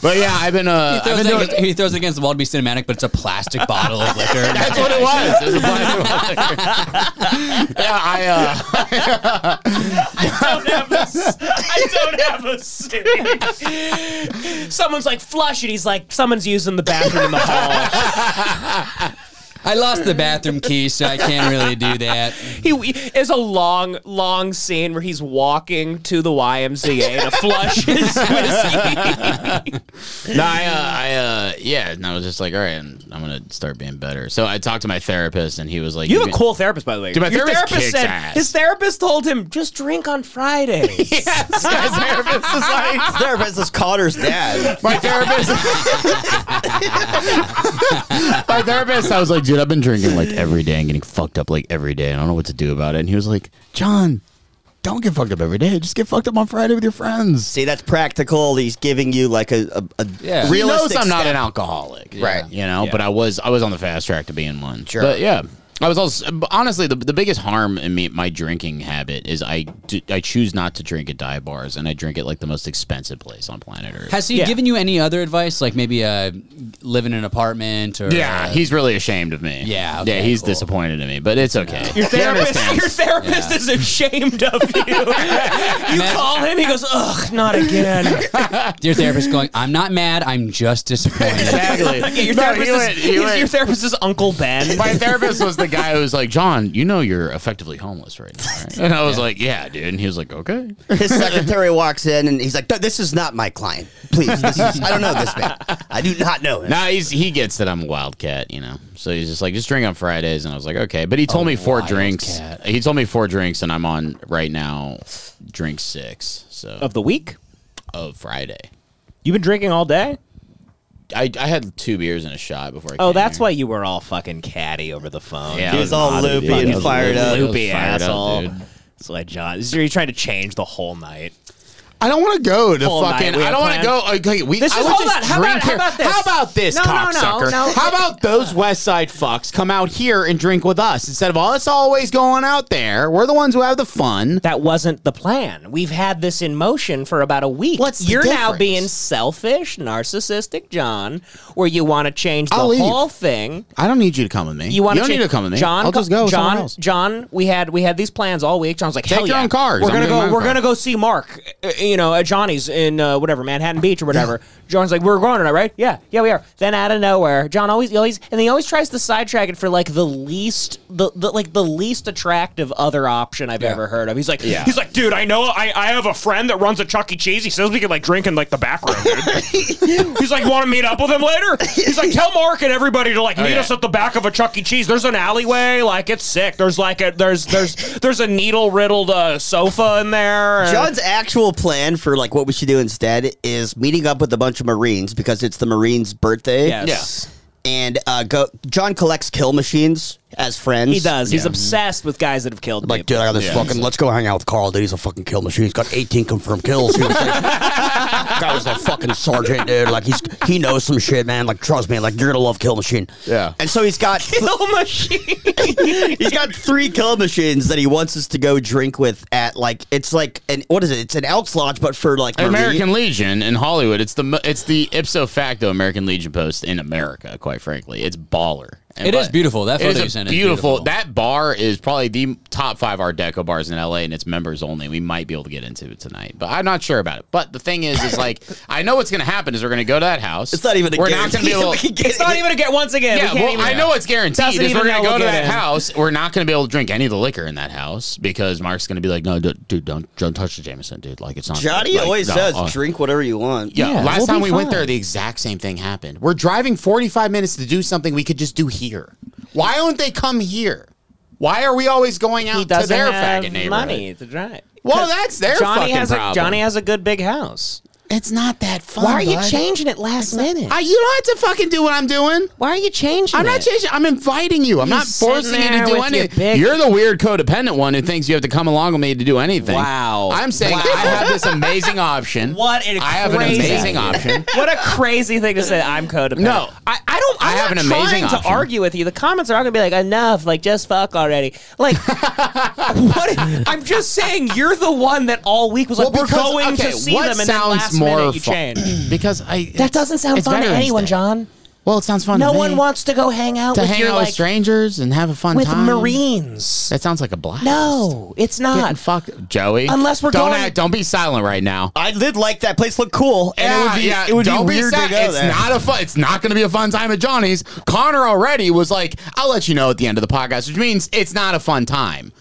G: But yeah, I've been uh
F: He
G: I've
F: throws,
G: been
F: it
G: doing,
F: against, he throws it against the wall to be cinematic, but it's a plastic bottle of
G: *laughs*
F: liquor.
G: that's
F: *laughs*
G: what it was. It was a *laughs* plastic- yeah, I uh
E: I don't have a, s- I don't have a sink. Someone's like flush, and he's like, someone's using the bathroom in the hall.
F: I lost the bathroom key, so I can't really do that.
E: *laughs* He is a long, long scene where he's walking to the YMCA to *laughs* flush his whiskey.
G: no, I, uh, I, uh, yeah, and I was just like, all right, I'm, I'm gonna start being better. So I talked to my therapist, and he was like,
E: You have a
G: can-
E: cool therapist, by the way.
G: Dude, my
E: Your
G: therapist kicks
E: said
G: ass.
E: his therapist told him just drink on
G: *laughs* *laughs*
E: Fridays.
G: My therapist is like,
D: His therapist is Connor's
G: *laughs*
D: dad.
G: my therapist, my therapist. I was like, dude, I've been drinking like every day and getting fucked up like every day. and I don't know what to do about it. And he was like, John, don't get fucked up every day. Just get fucked up on Friday with your friends.
D: See, that's practical. He's giving you like a, a, a
F: Yeah.
G: He knows
D: realistic
G: I'm not
D: step.
G: an alcoholic,
F: Right.
G: You know, but I was, I was on the fast track to being one.
D: Sure.
G: but yeah. I was also but honestly the, the biggest harm in me my drinking habit is I do, I choose not to drink at dive bars and I drink at like the most expensive place on planet Earth.
F: Has he
E: Yeah.
F: given you any other advice, like maybe uh, live in an apartment or?
G: yeah,
F: uh,
G: he's really ashamed of me.
F: Yeah, okay,
G: yeah, he's
F: cool.
G: disappointed in me, but it's okay.
E: *laughs* Your therapist, your therapist
F: Yeah.
E: is ashamed of
G: *laughs*
E: you. you
F: Matt-
E: call him, he goes, "Ugh,
G: *laughs*
E: not again."
F: *laughs* your therapist going. I'm not mad. I'm just disappointed.
G: exactly.
E: *laughs* Your
G: No,
E: therapist,
G: he
E: is,
G: went- he
E: he's-
G: went-
E: your therapist is
G: *laughs*
E: Uncle Ben.
G: My therapist was the guy who was like, John, you know you're effectively homeless right now, right? And I was like, Yeah, dude. And he was like, Okay.
D: His secretary walks in and he's like, "Th- "This is not my client. Please, this is, I don't know this man. I do not know him."
G: Now he's he gets that I'm a wildcat, you know. So he's just like, just drink on Fridays, and I was like, okay. But he told me four drinks. He told me four drinks, and I'm on right now, drink six. So
E: Of the week,
G: of Friday,
E: you've been drinking all day.
G: I, I had two beers and a shot before. I
E: Oh,
G: came
E: that's
G: here.
E: why you were all fucking catty over the phone.
G: Yeah,
D: He
G: I
D: was all
G: modded,
D: loopy
G: dude.
D: and
G: I was
D: fired
G: loopy.
D: up.
G: I was
E: Loopy
G: fired up,
E: asshole.
G: dude.
E: It's like John. You're trying to change the whole night.
G: I don't want to go to
E: Whole night
G: fucking.
E: we
G: I
E: have
G: don't want to
E: planned.
G: go. Okay, we.
E: This
G: I
E: is-
G: would
E: hold
G: just
E: on, how
G: drink
E: about-
G: here.
E: how about this?
G: How about this,
E: No, no, no,
G: cocksucker?
E: no.
G: How about those West Side fucks come out here and drink with us instead of us always going out there? We're the ones who have the fun.
E: That wasn't the plan. We've had this in motion for about a week.
G: What's the
E: You're now
G: difference?
E: being selfish, narcistic, John, where you want to change the
G: I'll leave.
E: whole thing.
G: I don't need you to come with me.
E: You want
G: don't need to come with me.
E: John?
G: I'll just go. with someone
E: John,
G: else.
E: John, we had we had these plans all week. John's like,
G: Take
E: hell
G: your
E: yeah.
G: own cars.
E: We're
G: I'm
E: gonna
G: doing my
E: go.
G: own
E: We're
G: car."
E: gonna go see Mark. uh, You know, at Johnny's in uh, whatever Manhattan Beach
G: *laughs*
E: or whatever. John's like, we're going tonight, right? Yeah, yeah, we are. Then out of nowhere, John always, he always, and he always tries to sidetrack it for like the least, the, the like the least attractive other option I've ever heard of. He's like,
G: Yeah.
E: he's like, dude, I know, I, I have a friend that runs a Chuck E. Cheese. He says we could like drink in like the back room. Dude. he's like, want to meet up with him later? He's like, tell Mark and everybody to like meet
G: yeah.
E: us at the back of a Chuck E. Cheese. There's an alleyway, like it's sick. There's like a there's there's there's a needle riddled uh, sofa in there. and-
D: John's actual plan for like what we should do instead is meeting up with a bunch of Marines because it's the Marines' birthday.
E: Yes.
D: And uh, go. John collects kill machines as friends.
E: He does. He's obsessed with guys that have killed
D: Like, dude,
E: people.
D: I got this
G: Yeah.
D: fucking. Let's go hang out with Carl. Dude, he's a fucking kill machine. He's got 18 confirmed kills. He was
E: *laughs*
D: like, guy was a fucking sergeant, dude. Like, he's he knows some shit, man. Like, trust me. Like, you're gonna love kill machine.
G: Yeah.
D: And so he's got
E: Kill *laughs* machine.
D: He's got three kill machines that he wants us to go drink with at like it's like an what is it? It's an Elks Lodge, but for like Marine-
G: American Legion in Hollywood. It's the mo- it's the ipso facto American Legion post in America. Quite frankly, it's baller. And
F: It is
G: but-
F: beautiful. That
G: it
F: photo
G: is
F: you
G: a
F: sent is
G: beautiful.
F: beautiful.
G: That bar is probably the top five Art Deco bars in LA, and it's members only. We might be able to get into it tonight, but I'm not sure about it. But the thing is, is like I know what's going to happen is we're going to go to that house.
D: It's not even. A
G: we're not going to
D: *laughs* guarantee
G: be able.
D: we can get
E: it's not
D: it.
E: even a get once again.
G: Yeah,
E: we
G: well,
E: can't
G: I
E: even,
G: know it's guaranteed.
E: Doesn't
G: Is we're
E: even
G: gonna
E: know
G: go
E: we'll
G: to
E: get
G: that
E: in.
G: house. We're not gonna be able to drink any of the liquor in that house because Mark's gonna be like, "No, d- dude, don't, don't touch the Jameson, dude. Like it's not."
D: Johnny
G: like,
D: always
G: no,
D: says,
G: uh,
D: "Drink whatever you want."
G: Yeah, last
E: we'll
G: time
E: be
G: we went
E: fine.
G: there, the exact same thing happened. We're driving 45 minutes to do something we could just do here. Why don't they come here? Why are we always going
E: He
G: out to
E: doesn't
G: their faggot
E: have
G: neighborhood?
E: money to drive.
G: Well, that's their
E: Johnny
G: fucking
E: has a
G: problem.
E: Johnny has a good big house.
G: It's not that fun.
E: Why are you
G: bud.
E: changing it last minute?
G: I, you don't have to fucking do what I'm doing.
E: Why are you changing?
G: I'm not
E: it?
G: changing. I'm inviting you. I'm
E: You
G: not forcing you
E: sitting
G: to
E: there
G: do
E: with your
G: anything.
E: big-
G: You're the weird codependent one who thinks you have to come along with me to do anything.
E: Wow.
G: I'm saying
E: Wow.
G: I have this amazing option.
E: *laughs* What an
G: I have an
E: crazy-
G: amazing option.
E: What a crazy thing to say. I'm codependent.
G: No.
E: I, I don't. I'm
G: I have
E: not
G: an amazing
E: trying to
G: option.
E: argue with you. The comments are all gonna be like, enough. Like, just fuck already.
G: *laughs*
E: Like, what? I'm just saying, you're the one that all week was like,
G: Well,
E: we're
G: because-
E: going
G: okay,
E: to see
G: what
E: them, and then
G: sounds
E: last
G: more
E: minute you
G: fun? *clears throat*
E: change.
G: because I
E: That doesn't sound fun to anyone, John.
G: Well, it sounds fun.
E: No
G: to
E: one
G: me.
E: wants to go hang out
G: to
E: with
G: hang
E: your
G: out with
E: like
G: strangers and have a fun
E: with
G: time.
E: Marines.
G: That sounds like a blast.
E: No, it's
G: getting
E: not.
G: fucked, Joey.
E: Unless we're
G: don't
E: going-
G: act- don't be silent right now.
D: I did like that place. Looked cool, and it would be it would
G: don't
D: be weird
G: sad.
D: to go
G: It's
D: there.
G: not a fun. It's not going to be a fun time at Johnny's. Connor already was like, "I'll let you know at the end of the podcast," which means it's not a fun time.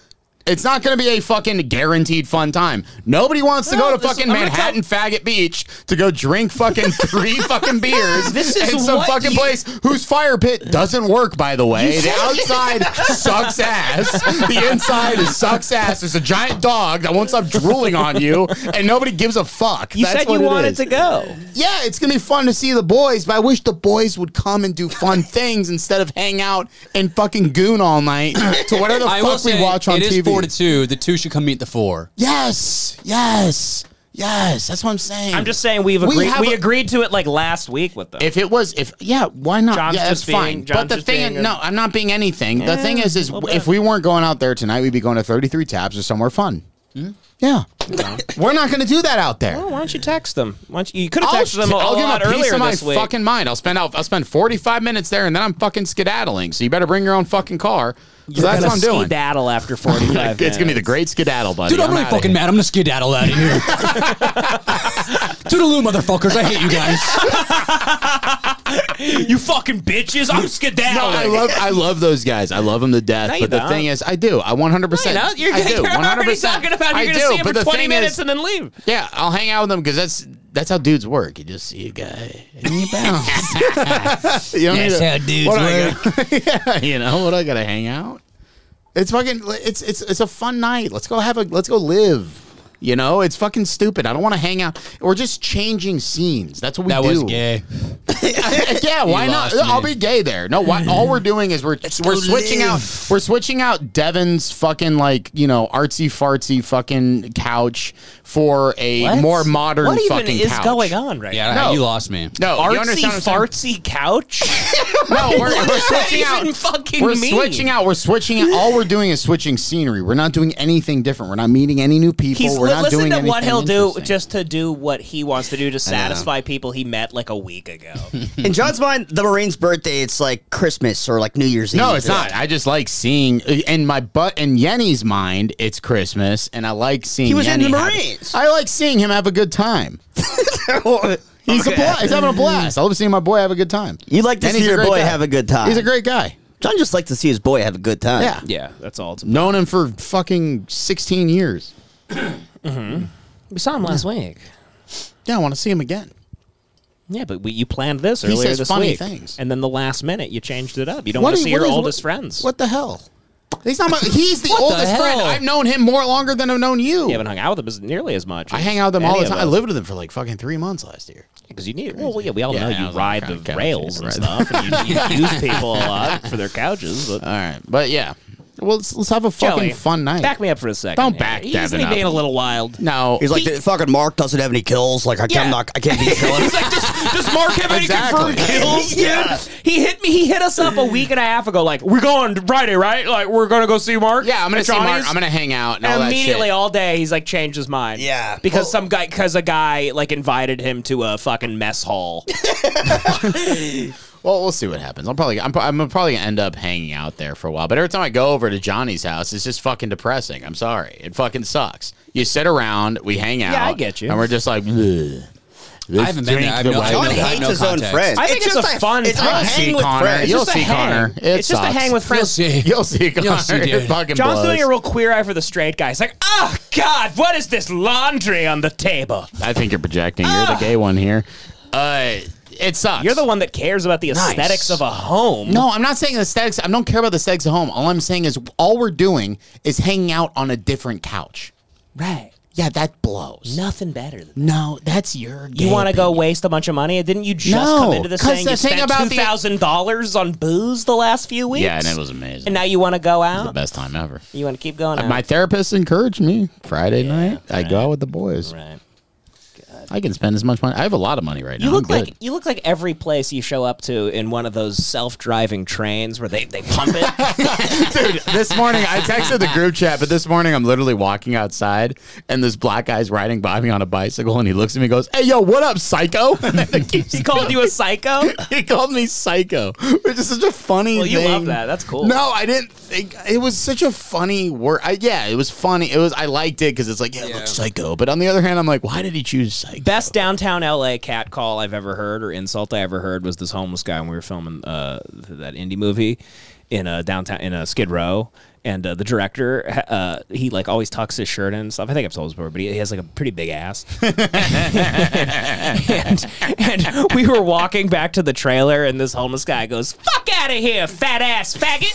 G: It's not going to be a fucking guaranteed fun time. Nobody wants to
E: No,
G: go to
E: this-
G: fucking
E: I'm gonna
G: Manhattan Faggot Beach to go drink
E: *laughs*
G: fucking three fucking beers
E: This is
G: in some
E: what
G: fucking
E: you-
G: place whose fire pit doesn't work, by the way. The outside
E: *laughs*
G: sucks ass. The inside is sucks ass. There's a giant dog that won't stop drooling on you, and nobody gives a fuck.
E: You
G: That's
E: said
G: what
E: you
G: it
E: wanted
G: is.
E: to go.
G: Yeah, it's gonna be fun to see the boys, but I wish the boys would come and do
F: *laughs*
G: fun things instead of hang out and fucking goon all night to whatever the
F: *coughs* I will
G: fuck we
F: say
G: watch on
F: it
G: TV.
F: is four to two. The two should come meet the four.
G: yes, yes, Yes, that's what I'm saying.
E: I'm just saying we've
G: We
E: agreed.
G: have
E: We,
G: a-
E: agreed to it like last week with them.
G: If it was, if yeah, why not?
E: John's
G: yeah, that's
E: just being-
G: fine.
E: John's
G: but the
E: just
G: thing,
E: being a-
G: no, I'm not being anything. the thing is, is if we weren't going out there tonight, we'd be going to 33 Taps or somewhere fun.
E: Hmm?
G: Yeah, *laughs* we're not going to do that out there.
E: Oh, why don't you text them? Why don't you, you could have
G: I'll,
E: texted them a,
G: I'll
E: a
G: give them
E: lot
G: a piece
E: earlier
G: of my
E: this week.
G: fucking mind. I'll spend out. I'll spend 45 minutes there, and then I'm fucking skedaddling. So you better bring your own fucking car. 'cause that's what I'm doing.
E: Battle after
G: *laughs*
E: 45
G: It's gonna be the
E: minutes.
G: great skedaddle, buddy.
F: Dude, I'm really
G: outta here.
F: fucking mad. I'm gonna skedaddle out
G: *laughs*
F: of here. Toodaloo, motherfuckers. I hate
G: *laughs*
F: you guys.
I: You fucking bitches! I'm skedaddling.
G: No, I love I love those guys. I love them to death.
E: No, you
G: but the
E: don't.
G: thing is, I do. I 100. percent
E: No, you're,
G: I do.
E: *laughs* you're already
G: 100%.
E: talking about
G: I
E: you're going to
G: do,
E: see him
G: but
E: for
G: the
E: 20
G: thing
E: minutes
G: is-
E: and then leave.
G: yeah, I'll hang out with them because that's that's how dudes work. You just see a guy and you
F: *laughs*
G: bounce. *laughs* you don't
F: That's
G: need to-
F: how dudes
G: uh, what do I
F: work.
G: gotta- yeah, *laughs* you know what? I gotta hang out. It's fucking. It's it's it's a fun night. Let's go have a. Let's go live. You know, it's fucking stupid. I don't want to hang out. We're just changing scenes. That's what we
F: That
G: do. Eh,
F: was gay.
G: yeah, why not?
F: lost
G: I'll
F: me.
G: be gay there. No, why, all we're doing is we're we're switching out we're switching out Devin's fucking like you know artsy fartsy fucking couch for a
E: What?
G: more modern
E: What even
G: fucking
E: is
G: couch.
E: going on right
F: Yeah,
G: No.
F: you lost me.
G: No, you
E: now?
G: understand
E: Artsy
G: what I'm saying? *laughs*
E: fartsy couch?
G: No, we're, we're switching
E: *laughs* What
G: out.
E: even fucking
G: We're
E: mean?
G: switching out. We're switching out. All we're doing is switching scenery. We're not doing anything different. We're not meeting any new people.
E: He's
G: we're
E: li-
G: not
E: listen
G: doing
E: to
G: anything
E: what he'll do
G: interesting.
E: just to do what he wants to do to satisfy people he met like a week ago.
D: In John's mind, the Marine's birthday, it's like Christmas or like New Year's Eve.
G: No, it's
D: *laughs*
G: not. I just like seeing uh, in my butt in Yenny's mind, it's Christmas, and I like seeing.
D: He was in
G: Yenny
D: the
G: have-
D: Marines.
G: I like seeing him have a good time. He's a bla- he's having a blast. I love seeing my boy have a good time.
D: You like to
G: And
D: see
G: he's a
D: your
G: great
D: boy
G: guy.
D: have a good time.
G: He's a great guy.
D: John just likes to see his boy have a good time.
G: *laughs* Yeah.
E: yeah, that's all. It's
G: known him for fucking sixteen years.
E: we saw him last week.
G: Yeah, I want to see him again.
E: Yeah, but we, you planned this
G: He
E: earlier
G: says
E: this
G: funny
E: week,
G: things.
E: and then the last minute you changed it up. You don't want to
G: do you-
E: see your
G: is-
E: oldest
G: what-
E: friends.
G: What the hell? He's not. My, he's the
F: What the
G: oldest friend.
F: hell?
G: I've known him more longer than I've known you.
E: You haven't hung out with them as, nearly as much.
G: I hang out with him all the time. I lived with him for like fucking three months last year.
E: because you need. Well, yeah, we all
G: Yeah, I
E: know
G: was
E: you
G: on
E: ride
G: the
E: the
G: couch,
E: rails
G: yeah,
E: and
G: right.
E: stuff, and you,
G: *laughs*
E: you use people a lot for their couches. But
G: All right, but yeah. Well, let's, let's have a fucking
E: Joey,
G: fun night.
E: Back me up for a second.
G: Don't
E: here.
G: back
E: He's
G: Devin
E: me
G: up.
E: being a little wild.
G: no,
D: He's like, "The fucking Mark doesn't have any kills. Like, I can't,
E: Yeah.
D: not, I can't be
G: *laughs*
D: killing.
E: Does Mark have any
G: Exactly.
E: confirmed
G: *laughs*
E: kills, dude? He hit me. He hit us up a week and a half ago. Like we're going Friday, right? Like we're gonna go see Mark.
G: yeah, I'm gonna
E: at
G: see Mark.
E: Johnny's?"
G: I'm gonna hang out and all
E: And
G: that
E: immediately
G: shit.
E: all day he's like changed his mind.
D: Yeah.
E: Because
D: Well-
E: some guy because a guy like invited him to a fucking
D: *laughs*
E: mess hall.
G: well, we'll see what happens. I'm probably I'm, pro- I'm probably gonna end up hanging out there for a while. But every time I go over to Johnny's house, it's just fucking depressing. I'm sorry, it fucking sucks. You sit around, we hang out.
E: I get you.
G: And we're just like, "Ugh,
F: I haven't been there. I have no, I have
D: John
F: no- I have
D: hates
F: no
D: his own
F: context.
D: friends.
E: I think it's
D: just
E: a fun
D: It's
E: time.
D: a
G: You'll see,
D: hang with
G: Connor.
D: friends.
G: You'll
E: Just a
G: see,
E: hang.
G: Connor. It
E: It's just a
G: sucks.
E: hang with
F: You'll
E: friends.
F: see.
G: *laughs* You'll see, Connor.
F: You'll see,
G: It
F: dude.
G: fucking
E: John's
G: blows.
E: doing a real queer eye for the straight guy. He's like, oh God, what is this laundry on the table?
G: I think you're projecting. You're the gay one here. Uh, it sucks.
E: Ah. You're the one that cares about the aesthetics of a home.
G: No, I'm not saying the aesthetics. I don't care about the aesthetics at home. All I'm saying is all we're doing is hanging out on a different couch.
E: Right.
G: Yeah, that blows.
E: Nothing better than that.
G: No, that's your.
E: You want to
G: to
E: go waste a bunch of money? Didn't you just
G: No,
E: come into this
G: 'cause
E: saying
G: the
E: you
G: thing
E: spent
G: about the-
E: $2,000 on booze the last few weeks?
G: Yeah, and it was amazing.
E: And now you want to go
G: the
E: out?
G: best time ever.
E: You want to keep going out?
G: My therapist encouraged me Friday night. I go out with the boys.
E: right.
G: I can spend as much money. I have a lot of money right now.
E: You look
G: I'm
E: like you look like every place you show up to in one of those self-driving trains where they, they pump it.
G: Dude, this morning I texted the group chat, but this morning I'm literally walking outside and this black guy's riding by me on a bicycle and he looks at me and goes, Hey yo, what up, psycho? *laughs* And then he keeps
E: he called you a psycho.
G: he called me psycho, which is such a funny.
E: Well, you
G: thing.
E: love that. That's cool.
G: No, I didn't think it was such a funny word. I, yeah, it was funny. It was. I liked it because it's like, yeah, it looks psycho. But on the other hand, I'm like, why did he choose psycho?
E: Best downtown LA cat call I've ever heard or insult I ever heard was this homeless guy when we were filming uh, that indie movie in a downtown in a Skid Row. And uh, the director, ha- uh, he like always tucks his shirt in and stuff. I think I've told this before, but he, he has like a pretty big ass.
G: *laughs*
E: and, and we were walking back to the trailer, and this homeless guy goes, "Fuck out of here, fat ass faggot."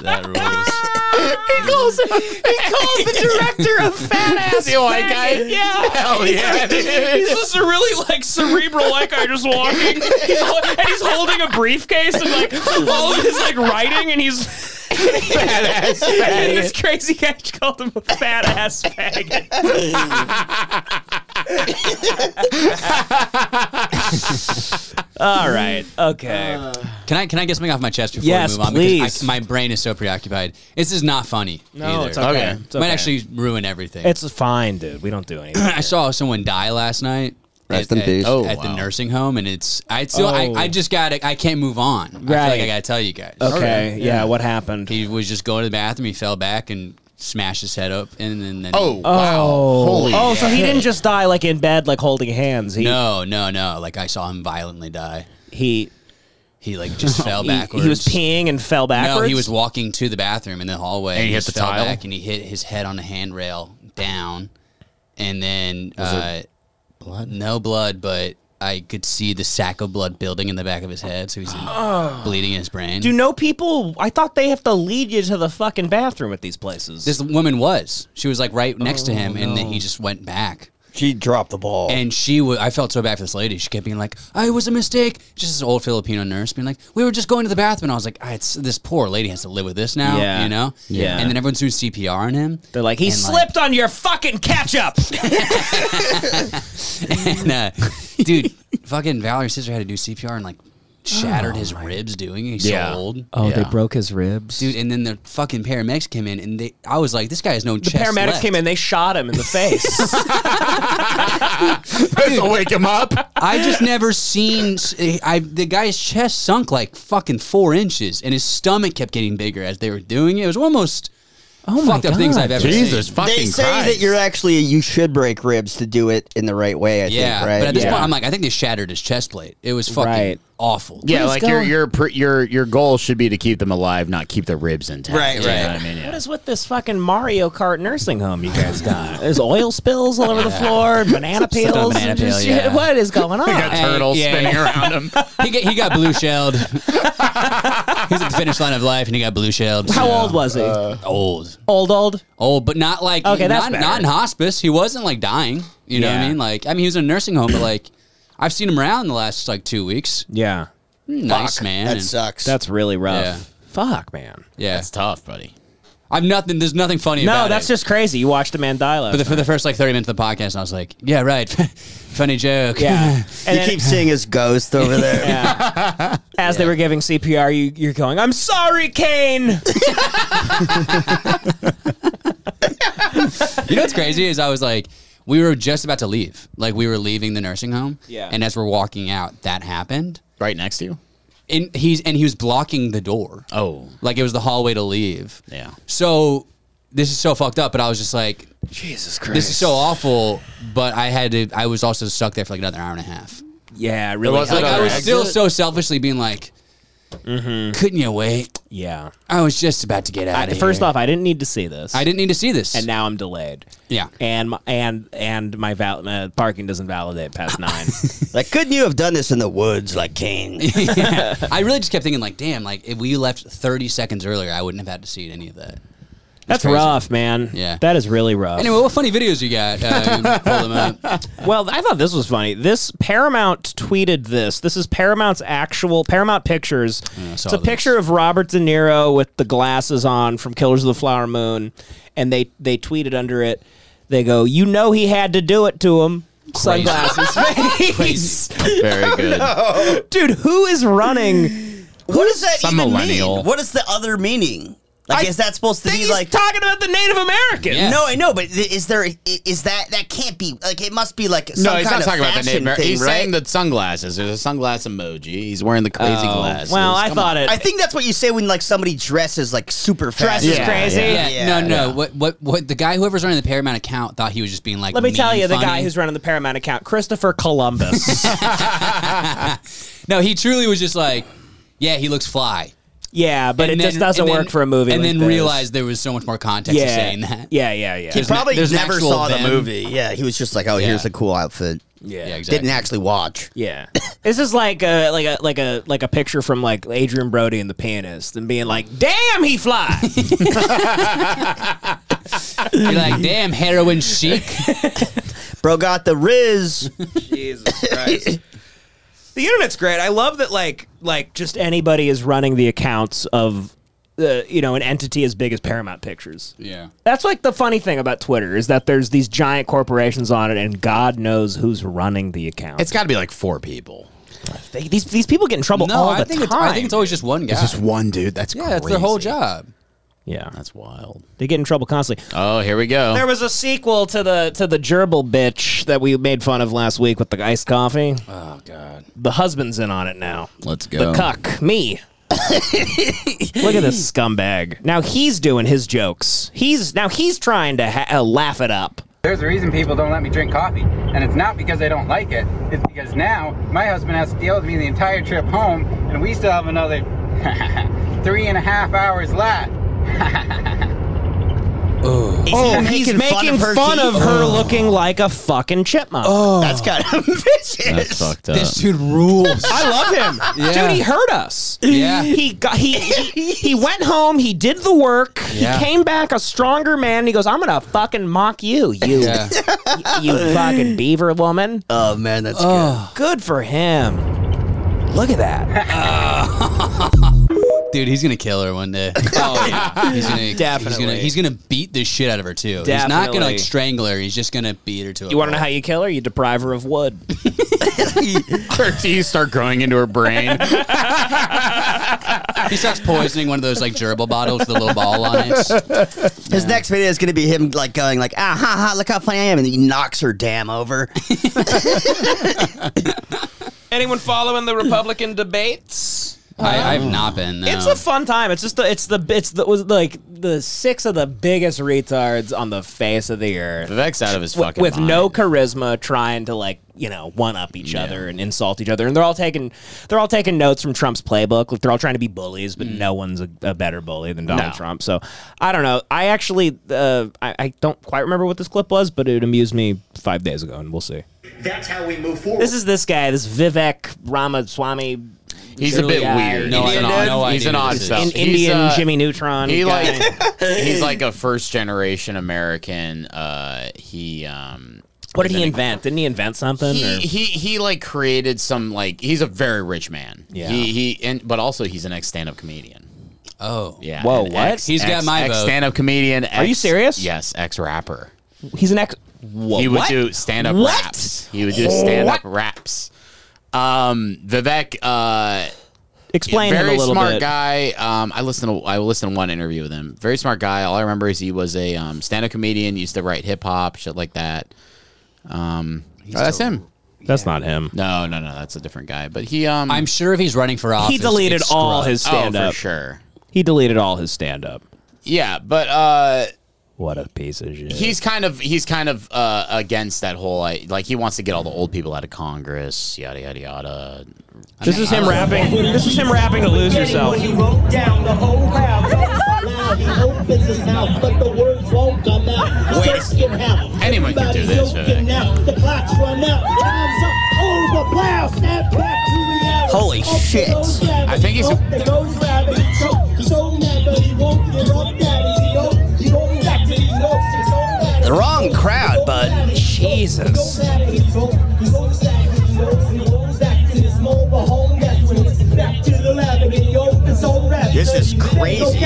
F: That rules. That rules.
G: *laughs* He calls, he calls the director a fat
E: *laughs*
G: ass. The white guy.
E: Yeah.
G: Hell yeah. *laughs* dude.
E: He's just a really like cerebral white guy just walking, he's, hol- and he's holding a briefcase and like all of his like writing, and he's
G: fat ass
E: And
G: faggot.
E: *laughs* this crazy guy called him a fat ass faggot. All right. Okay.
G: Uh.
F: Can I can I get something off my chest before
E: Yes,
F: we move on?
E: please.
F: Because I, my brain is so preoccupied. This is not funny. either.
G: Okay.
E: It's
F: Might actually ruin everything.
E: It's fine, dude. We don't do anything.
F: *clears throat* I saw someone die last night.
D: Rest
F: at,
D: in peace.
F: At,
D: Oh,
F: at the
G: wow.
F: nursing home, and it's I still
E: Oh.
F: I, I just got to I can't move on. I feel like
E: Right.
F: I gotta tell you guys.
E: *clears throat* Okay. Yeah. What happened?
F: He was just going to the bathroom. He fell back and smashed his head up, and, then- then
G: *laughs* Oh, wow. Holy
E: oh, *laughs* so he didn't just die like in bed, like holding hands. He
F: no no no! Like I saw him violently die.
E: he,
F: He
E: *laughs*
F: like just fell
E: he-
F: backwards.
E: he was peeing and fell backwards.
F: No, he was walking to the bathroom in the hallway.
G: And he hit
F: just
G: the
F: fell
G: tile?
F: back and he hit his head on the handrail down, and then uh, blood. No blood, but I could see the sack of blood building in the back of his
E: *sighs*
F: head, so he's bleeding in his brain.
E: Do no people? I thought they have to lead you to the fucking bathroom at these places.
F: this woman was. She was like right next to
E: Oh,
F: him, and then he just went back.
D: She dropped the ball.
F: And she was, I felt so bad for this lady. She kept being like, "I it was a mistake." Just this old Filipino nurse being like, "We were just going to the bathroom." And I was like, ah, "It's this poor lady has to live with this now,"
E: Yeah.
F: you know?
E: Yeah.
F: And then everyone's doing CPR on him.
E: They're like, he
F: And, like-
E: slipped on your fucking
F: *laughs*
E: ketchup.
F: And, uh,
G: *laughs*
F: dude, fucking Valerie's sister had to do CPR and like shattered his ribs doing it. He's
G: Oh. Yeah.
F: so old.
E: Oh, they broke his ribs.
F: Dude, and then the fucking paramedics came in and they I was like, this guy has no
E: the
F: chest.
E: paramedics
F: left.
E: came in. They shot him in the
F: *laughs*
E: face.
G: This'll wake him up.
F: I
G: *laughs*
F: just never seen eh, I the guy's chest sunk like fucking four inches and his stomach kept getting bigger as they were doing it. It was one of the most
E: Oh
F: fucked up things I've ever
G: Jesus
F: seen.
G: fucking
D: they say that
G: Christ.
D: you're actually you should break ribs to do it in the right way. I
F: Yeah,
D: think, right?
F: but at this
E: Yeah.
F: point, I'm like, I think they shattered his chest plate. It was fucking
E: Right.
F: awful.
G: Yeah,
E: What
G: like
E: is
G: your
E: going-
G: your pr- your your goal should be to keep them alive, not keep the ribs intact.
D: Right,
G: You know
D: right.
G: what I mean, yeah.
E: What is with this fucking Mario Kart nursing home you guys got?
F: *laughs*
E: There's oil spills all over the floor, banana peels.
F: banana
E: and
F: peel,
E: shit.
F: yeah.
E: What is going
F: *laughs*
G: Got
E: on?
G: turtles
F: yeah,
G: spinning around him.
F: he got, he got blue shelled. He's at the finish line of life, and he got blue shelled.
E: How
F: so-
E: old was he?
F: Uh, Old,
E: old, old.
F: old, but not like
E: Okay, that's
F: not,
E: better.
F: not in hospice. He wasn't like dying. You know what
E: Yeah.
F: I mean? Like, I mean, he was in a nursing home, but like, I've seen him around the last like two weeks. Mm,
E: Yeah,
F: Nice man.
D: that
F: and-
D: sucks.
E: that's really rough.
F: Yeah.
E: Fuck, man.
F: yeah,
G: That's tough, buddy.
F: I'm nothing. There's nothing funny about
E: No,
F: it.
E: that's just crazy. You watched a man die last.
F: for the, for the first like 30 minutes of the podcast. I was like, yeah, right, *laughs* funny
E: *laughs*
F: joke. *laughs*
E: yeah,
D: you
E: and then
D: keep seeing his ghost over
E: *laughs*
D: there.
F: *laughs*
E: as they were giving CPR, you, you're going, "I'm sorry,
F: *laughs*
E: Kane."
F: You know what's crazy is I was like, we were just about to leave. Like we were leaving the nursing home.
E: Yeah.
F: And as we're walking out, that happened.
G: Right next to you.
F: And he's and he was blocking the door.
G: *laughs* Oh,
F: Like it was the hallway to leave.
G: yeah.
F: So this is so fucked up, but I was just like
E: Jesus Christ.
F: this is so awful, but I had to I was also stuck there for like another hour and a half.
E: Yeah, really.
G: was
F: Like
E: helped.
G: another
F: I was
G: exit?
F: still so selfishly being like couldn't you wait?
E: yeah.
F: I was just about to get out
E: Mm-hmm. I,
F: of
E: first
F: here.
E: off, I didn't need to see this.
F: I didn't need to see this.
E: and now I'm delayed. *laughs*
F: Yeah. *laughs*
E: and my, and and my val- uh, parking doesn't validate past
F: *laughs*
E: nine.
D: like, couldn't you have done this in the woods, like Kane?
F: I really just kept thinking like, damn, like if we left 30 seconds earlier, I wouldn't have had to see any of that.
E: That's
F: crazy.
E: rough, man.
F: Yeah.
E: that is really rough.
F: Anyway, what funny videos you got? Uh, you pull them
E: *laughs*
F: up.
E: well, I thought this was funny. This Paramount tweeted this. This is Paramount's actual Paramount Pictures. it's
F: saw
E: a
F: this.
E: picture of Robert De Niro with the glasses on from Killers of the Flower Moon, and they they tweeted under it. They go, you know, he had to do it to him.
F: *laughs*
E: Sunglasses face,
G: Very good.
E: dude. Who is
F: *laughs*
E: running?
D: what does that
G: Some
D: even
G: millennial.
D: mean? What is the other meaning? Like,
E: I
D: is that supposed to
E: He's
D: be like?
E: talking about the Native Americans.
F: Yeah.
D: no, I know, but i- is there? i- Is that that can't be? Like, it must be like some
G: No,
D: kind
G: he's not
D: of
G: talking about the
D: fashion
G: name.
D: Thing,
G: he's
D: right?
G: saying the sunglasses. There's a sunglass emoji. He's wearing the crazy
E: Oh,
G: glasses.
E: Well, I thought it.
D: I think that's what you say when like somebody dresses like super fast.
E: dress is
G: Yeah,
E: crazy.
G: yeah.
F: Yeah, no, no. What, what, what? The guy, whoever's running the Paramount account, thought he was just being like.
E: Let me
F: mean,
E: tell you, the guy
F: funny.
E: who's running the Paramount account, Christopher
F: *laughs*
E: Columbus.
F: No, he truly was just like, yeah, he looks fly.
E: yeah, but
F: And
E: it
F: then-
E: just doesn't
F: and
E: work
F: then-
E: for a movie.
F: And
E: like
F: then
E: this.
F: realized there was so much more context
E: yeah,
F: to saying that.
E: yeah, yeah, yeah,
D: He probably
F: there's an
D: never
F: actual
D: saw the
F: them.
D: movie. Yeah, he was just like, "Oh, here's a cool outfit."
E: yeah,
F: Yeah, exactly.
D: Didn't actually watch.
E: yeah. this is like a like a like a like a picture from like Adrian Brody and the pianist, and being like, "Damn, he fly." *laughs*
F: You're like, damn, heroin
E: *laughs*
F: chic.
D: Bro got the Riz.
E: Jesus Christ. The internet's great. I love that like like just anybody is running the accounts of uh, you know an entity as big as Paramount Pictures.
F: Yeah.
E: That's like the funny thing about Twitter is that there's these giant corporations on it, and God knows who's running the account.
G: It's got to be like four people.
E: They- these these people get in trouble
F: No,
E: all
F: I
E: the
F: think
E: time.
F: it's I think it's always just one guy.
G: It's just one dude. That's
F: yeah, it's their whole
G: crazy.
F: job.
E: yeah,
G: That's wild.
E: they get in trouble constantly.
G: Oh, here we go.
E: There was a sequel to the to the gerbil bitch that we made fun of last week with the iced coffee.
F: Oh god.
E: The husband's in on it now.
G: Let's
E: The
G: go.
E: cuck, me. Look at this scumbag. Now he's doing his jokes. He's now he's trying to ha- uh, laugh it up.
J: There's a reason people don't let me drink coffee, and it's not because they don't like it. It's because now my husband has to deal with me the entire trip home, and we still have another three and a half hours left.
E: oh, he's making fun of her, looking like a fucking chipmunk. Oh, *laughs*
D: That's kind of vicious.
G: That's fucked up.
F: This dude rules.
E: I love *laughs* him,
F: Yeah.
E: dude. He hurt us.
F: Yeah.
E: he got he, he he went home. He did the work.
F: Yeah.
E: He came back a stronger man. He goes, "I'm gonna fucking mock you, you *laughs*
F: yeah.
E: you fucking beaver woman."
D: Oh man, that's
E: Good for him. Look at that.
F: Dude, he's gonna kill her
E: *laughs*
F: one day. Oh yeah, *laughs* he's gonna He's
E: Definitely.
F: gonna, he's gonna beat the shit out of her too. He's not gonna
E: Definitely.
F: like strangle her. He's just gonna beat her to.
E: *laughs* You want to know how you kill her? You deprive her of wood.
G: Her teeth start growing into her brain.
F: how he starts poisoning one of those like gerbil bottles with a little ball on
E: *laughs*
F: it?
D: good. His next video is gonna be him like going like ah ha ha look how funny I am and he knocks her damn over.
E: Anyone following the Republican debates?
F: I, I've not been. No.
E: It's a fun time. It's just the it's the it's the was like the six of the biggest retards on the face of the earth.
G: Vivek's out of his
E: With,
G: fucking
E: with
G: mind.
E: no charisma, trying to like you know one up each other and insult each other, and they're all taking they're all taking notes from Trump's playbook. Like, they're all trying to be bullies,
G: Mm.
E: but no one's a, a better bully than Donald Trump. So I don't know. I actually uh, I, I don't quite remember what this clip was, but it amused me five days ago, and we'll see.
K: That's how we move forward.
E: This is this guy, this Vivek Ramaswamy,
G: He's a bit
E: Yeah.
G: weird.
F: No,
G: he's,
F: I
G: an
F: don't
G: odd,
F: know. I
G: he's
F: do
G: an
F: know
G: odd
F: this is-
G: fellow.
E: an
F: In
G: He's,
E: Indian
G: uh,
E: Jimmy Neutron.
G: He
E: guy.
G: like *laughs* he's like a first generation American. Uh, he um
E: What did he invent? Didn't he invent something?
G: he,
E: or-
G: he he like created some like he's a very rich man.
E: Yeah.
G: He he and but also he's an ex stand up comedian.
F: oh
G: Yeah.
E: Whoa,
G: an
E: what?
F: He's got
G: ex-
F: my
G: ex
F: vote.
G: stand up comedian. Are
E: you serious?
G: Yes, ex rapper.
E: He's an ex. Whoa,
G: He would
E: what?
G: do stand up
E: What?
G: raps. He would do stand up raps. Um, Vivek, uh,
E: Explain him
G: very
E: a little
G: smart
E: bit.
G: guy. Um, I listened. To, I listened to one interview with him. Very smart guy. All I remember is he was a um, stand-up comedian. Used to write hip hop shit like that. Um, oh, that's him.
E: That's not him.
G: No, no, no. That's a different guy. But he. Um,
F: I'm sure if he's running for office,
E: He deleted
F: it's
E: all
F: scrubbed.
E: his
G: oh,
E: stand
G: for
E: up.
G: sure.
E: He deleted all his stand up.
G: Yeah, but uh,
E: What a piece of shit.
G: he's kind of he's kind of uh, against that whole like, like he wants to get all the old people out of Congress. Yada yada yada.
E: this is him *laughs* rapping. This is him rapping to lose yourself.
K: He wrote down the whole house. Now he opens his mouth, but the words won't come out.
G: Wait.
K: Search him out.
G: Anyone can do
K: Everybody's
G: this, uh,
K: yoking
G: Vivek.
K: out. The clock's run out. Time's up. Over. Plow. Snap back to reality.
D: Holy
K: Up
D: shit.
K: goes gravity.
G: I think he's-
K: Up there goes gravity. Choke. He's so mad, but he won't give up. Daddy, he won't. He won't back to these notes. He's so mad.
D: The wrong crowd, bud.
E: Jesus.
K: This
D: is crazy.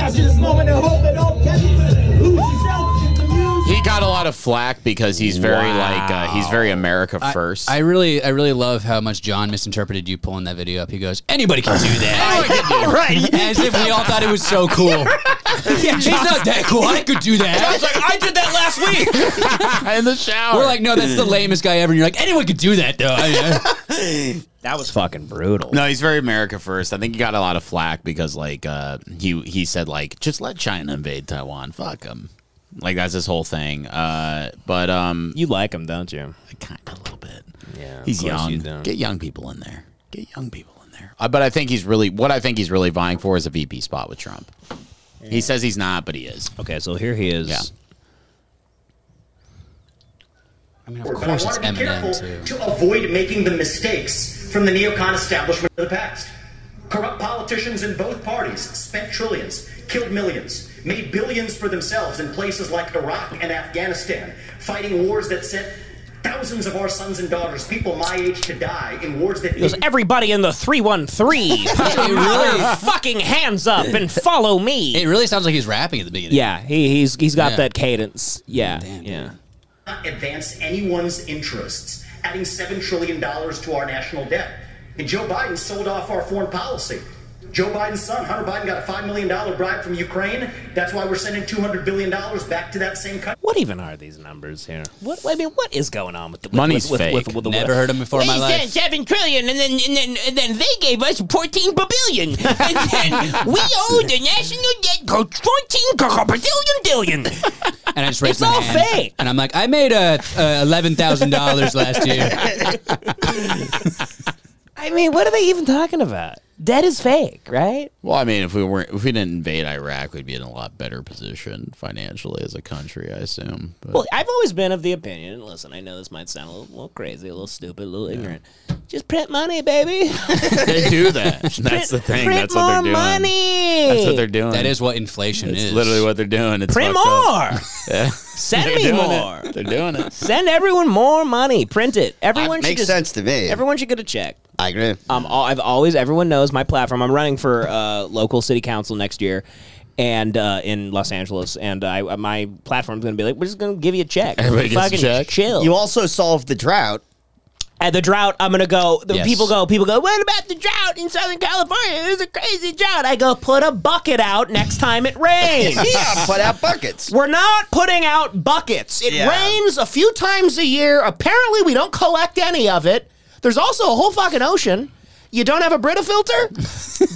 G: He got a lot of flack because he's very like uh, he's very America
F: I-
G: first.
E: *laughs*
F: I really, I really love how much John misinterpreted you pulling that video up. He goes, "Anybody can do
E: Oh,
F: that."
D: right.
E: *laughs*
F: As if we all thought it was so cool. yeah, he's not that cool. I could do that.
E: I did that last week.
G: *laughs* in the shower.
F: *laughs* We're like, no, that's the lamest guy ever. And you're like, anyone could do that, though.
E: that was fucking brutal.
G: No, he's very America first. I think he got a lot of flack because like uh, he he said like just let China invade Taiwan. Fuck them. Like that's his whole thing. Uh, but um,
E: You like him, don't you?
G: kind of a little bit.
E: Yeah. of
G: He's
E: course
G: young.
E: you don't.
G: Get young people in there. Get young people in there. Uh, but I think he's really what I think he's really vying for is a VP spot with Trump. He says he's not, but he is.
E: Okay, so here he is.
G: Yeah.
F: I mean, of course it's
K: I want to be careful
F: Eminem too.
K: to avoid making the mistakes from the neocon establishment of the past. Corrupt politicians in both parties spent trillions, killed millions, made billions for themselves in places like Iraq and Afghanistan, fighting wars that sent thousands of our sons and daughters, people my age, to die in wars that
E: He goes, everybody in the *laughs* 313, put your really fucking hands up and follow me. It
F: really sounds like he's rapping at the beginning.
E: Yeah, he, he's he's got
K: Yeah.
E: that cadence. Yeah, yeah.
K: not advance anyone's interests, adding $7 trillion to our national debt. And Joe Biden sold off our foreign policy. Joe Biden's son, Hunter Biden, got a $5 million bribe from Ukraine. That's why we're sending $200 billion back to that same country.
E: What even are these numbers here? What I mean, what is going on with the with-
F: Money's
E: with,
F: fake.
E: With, with, with,
F: Never heard 'em before in my
E: They
F: life.
E: said seven trillion, and then and then and then they gave us fourteen billion, and then we owe the national debt fourteen billion billion.
F: And I just
E: It's
F: raised my
E: all
F: hand,
E: fake.
F: And I'm like, I made uh, uh, eleven thousand dollars last year.
E: I mean, what are they even talking about? Debt is fake, right?
G: Well, I mean, if we weren't, if we didn't invade Iraq, we'd be in a lot better position financially as a country, I assume. But
E: Well, I've always been of the opinion. and Listen, I know this might sound a little, little crazy, a little stupid, a little ignorant. Just print money, baby.
G: they do *laughs* that. That's the thing.
E: print
G: That's what they're
E: more
G: doing.
E: money.
G: That's what they're doing.
F: That is what inflation
G: That's
F: is.
G: literally what they're doing. It's
E: Print
G: fucked up. *laughs*
E: more.
G: Yeah. *laughs*
E: Send
G: They're
E: me
G: doing
E: more.
G: it. They're doing it.
E: Send everyone more money. Print it. Everyone should
D: makes
E: just-
D: sense to me.
E: Everyone should get a check.
D: I agree.
E: Um, all, I've always everyone knows my platform. I'm running for uh, local city council next year, and uh, in Los Angeles, and I uh, my platform's going to be like, we're just going to give you a check.
D: Everybody gets a
E: Fucking
D: check.
E: Chill.
D: You also solved the drought. *laughs*
E: At the drought, I'm going to go. The
D: Yes.
E: people go. People go. What about the drought in Southern California? It was a crazy drought. I go put a bucket out next time
D: *laughs*
E: it rains.
D: yeah, put out buckets.
E: We're not putting out buckets. It
D: Yeah.
E: rains a few times a year. Apparently, we don't collect any of it. There's also a whole fucking ocean. You don't have a Brita filter?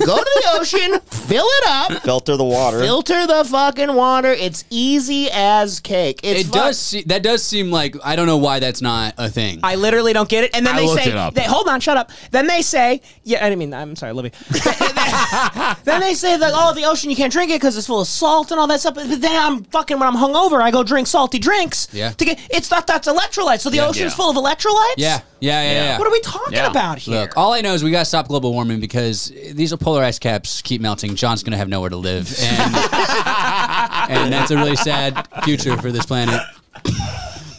E: Go to the ocean, fill it up,
D: Filter the water.
E: filter the fucking water. It's easy as cake. It's
F: it
E: fuck-
F: does. Se- that does seem like I don't know why that's not a thing.
E: I literally don't get it. And then
F: I
E: they
F: looked
E: say,
F: it up.
E: They, hold on, shut up. Then they say, yeah, I mean, I'm sorry,
F: *laughs*
E: Libby. then they say that, oh, the ocean, you can't drink it because it's full of salt and all that stuff. But then I'm fucking, when I'm hungover, I go drink salty drinks.
F: Yeah.
E: To get, it's not, that's electrolytes. So the
F: Yeah.
E: ocean's
F: Yeah.
E: full of electrolytes?
F: Yeah, yeah, yeah, yeah.
E: What are we talking about here?
F: Look, all I know is we got to stop global warming because these polar ice caps keep melting. John's going to have nowhere to live.
G: *laughs*
F: And, and that's a really sad future for this planet.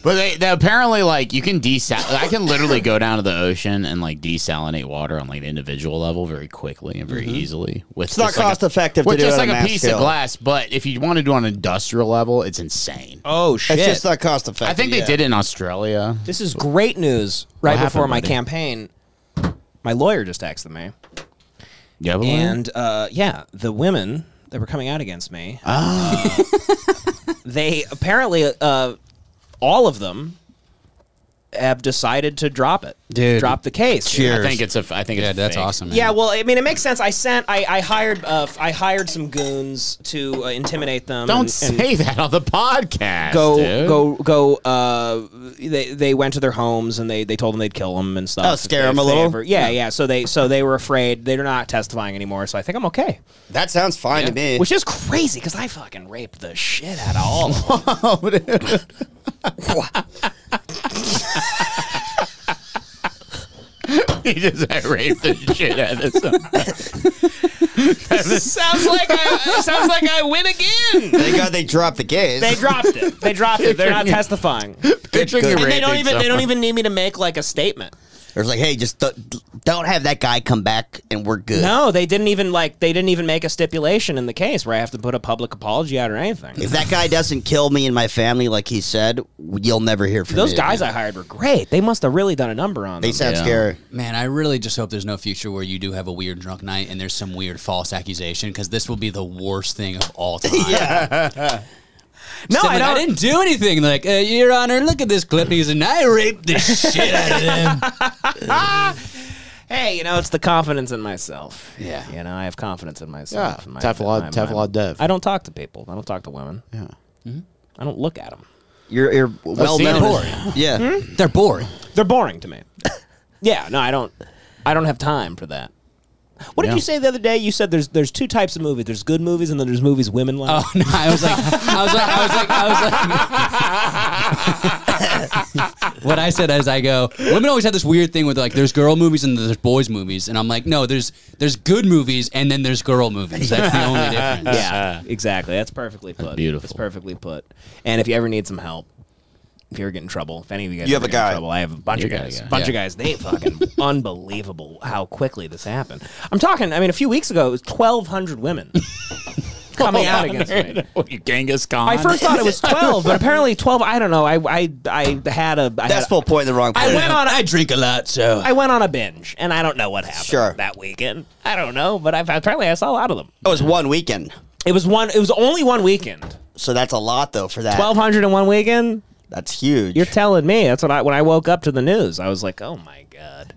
G: But they, they apparently like you can desal. I can literally go down to the ocean and like desalinate water on like an individual level very quickly and very easily. With
D: It's not
G: just, like, a-
D: cost-effective to
G: With
D: do
G: just
D: it
G: like
D: on a
G: a
D: mass
G: piece
D: scale.
G: of glass, but if you want to do it on an industrial level, it's insane.
E: Oh
D: It's just not cost effective.
G: I think they did it in Australia.
E: This is great news. Right
G: What
E: before
G: happened,
E: my
G: buddy?
E: campaign, my lawyer just texted me.
G: Yeah, but-
E: and uh, yeah, the women that were coming out against me,
G: Ah.
E: *laughs* they apparently uh, all of them have decided to drop it,
G: Dude.
E: drop the case.
G: I think it's a. I think it's that's awesome.
E: Yeah, well, I mean, it makes sense. I sent, I, I hired, uh, I hired some goons to uh, intimidate them.
G: Don't
E: and- and-
G: say *laughs* that on the podcast.
E: go
G: dude.
E: go go uh they they went to their homes and they they told them they'd kill them and stuff
D: Oh, scare
E: If
D: 'em a
E: they
D: little?
E: ever- yeah yeah so they so they were afraid they're not testifying anymore so i think i'm okay
D: That sounds fine to me.
E: which is crazy because i fucking raped the shit out of all *laughs* of them
G: he just raped the shit out of this.
E: sounds like i sounds like i win again
D: Thank God they dropped the case.
E: *laughs* they dropped it they dropped it they're not *laughs* testifying
D: Picturing you
E: and they don't
D: raping
E: even they don't *laughs*
D: someone.
E: even need me to make like a statement
D: It was like, hey, just don't, don't have that guy come back and we're good.
E: no they didn't even like they didn't even make a stipulation in the case where i have to put a public apology out or anything
D: If that guy doesn't kill me and my family, like he said, you'll never hear from
E: those
D: me
E: guys
D: again.
E: i hired were great they must have really done a number on
D: They
E: them.
D: sound scary.
F: Man, I really just hope there's no future where you do have a weird drunk night and there's some weird false accusation because this will be the worst thing of all time.
D: yeah.
E: No,
F: Just
E: I
F: like,
E: don't-
F: didn't do anything. Like, uh, Your Honor, look at this clip. And he's and I raped the shit out of them.
E: Hey, you know, it's the confidence in myself.
F: Yeah.
E: You know, I have confidence in myself.
G: Yeah.
E: in my-
G: Teflon-
E: my- my-
G: Teflon Dev.
E: I don't talk to people. I don't talk to women. Yeah. I don't look at them.
D: You're, you're well
E: see,
D: known.
E: they're
D: as- Yeah.
G: Hmm?
F: They're boring.
E: They're boring
L: *laughs*
E: to me. yeah, no, I don't I don't have time for that. What
G: Yeah.
E: did you say the other day? You said there's there's two types of movies. There's good movies and then there's movies women like.
F: Oh, no, I was like, I was like, I was like, I was like. *laughs* what I said is, I go, women always have this weird thing with like, there's girl movies and there's boys movies, and I'm like, no, there's there's good movies and then there's girl movies. That's the only difference.
E: yeah, Uh, exactly. That's perfectly put.
G: beautiful.
E: That's perfectly put. And if you ever need some help, if you ever get in trouble, if any of you guys
L: You
E: ever
L: have a
E: get in
L: guy.
E: trouble, I have a bunch
L: You
E: of
L: got a
E: guys,
L: guy.
E: bunch of
L: Yeah.
E: guys. They fucking *laughs* unbelievable how quickly this happened. I'm talking. I mean, a few weeks ago, it was
L: *laughs*
E: 1,200 women coming out against me.
G: What, you Oh, *laughs* Genghis Khan.
E: I first thought it was 12, but apparently 12. I don't know. I I I had a. I had
D: That's
E: a-
D: full point in the wrong.
E: I
D: place.
E: went on- I
F: drink a lot, so
E: I went on a binge, and I don't know what happened
D: Sure.
E: that weekend. I don't know, but I've, apparently I saw a lot of them.
D: It was one weekend.
E: It was one. It was only one weekend.
D: So that's a lot though for that.
E: Twelve hundred in one weekend.
D: That's huge.
E: You're telling me. That's what I when I woke up to the news, I was like, oh my god,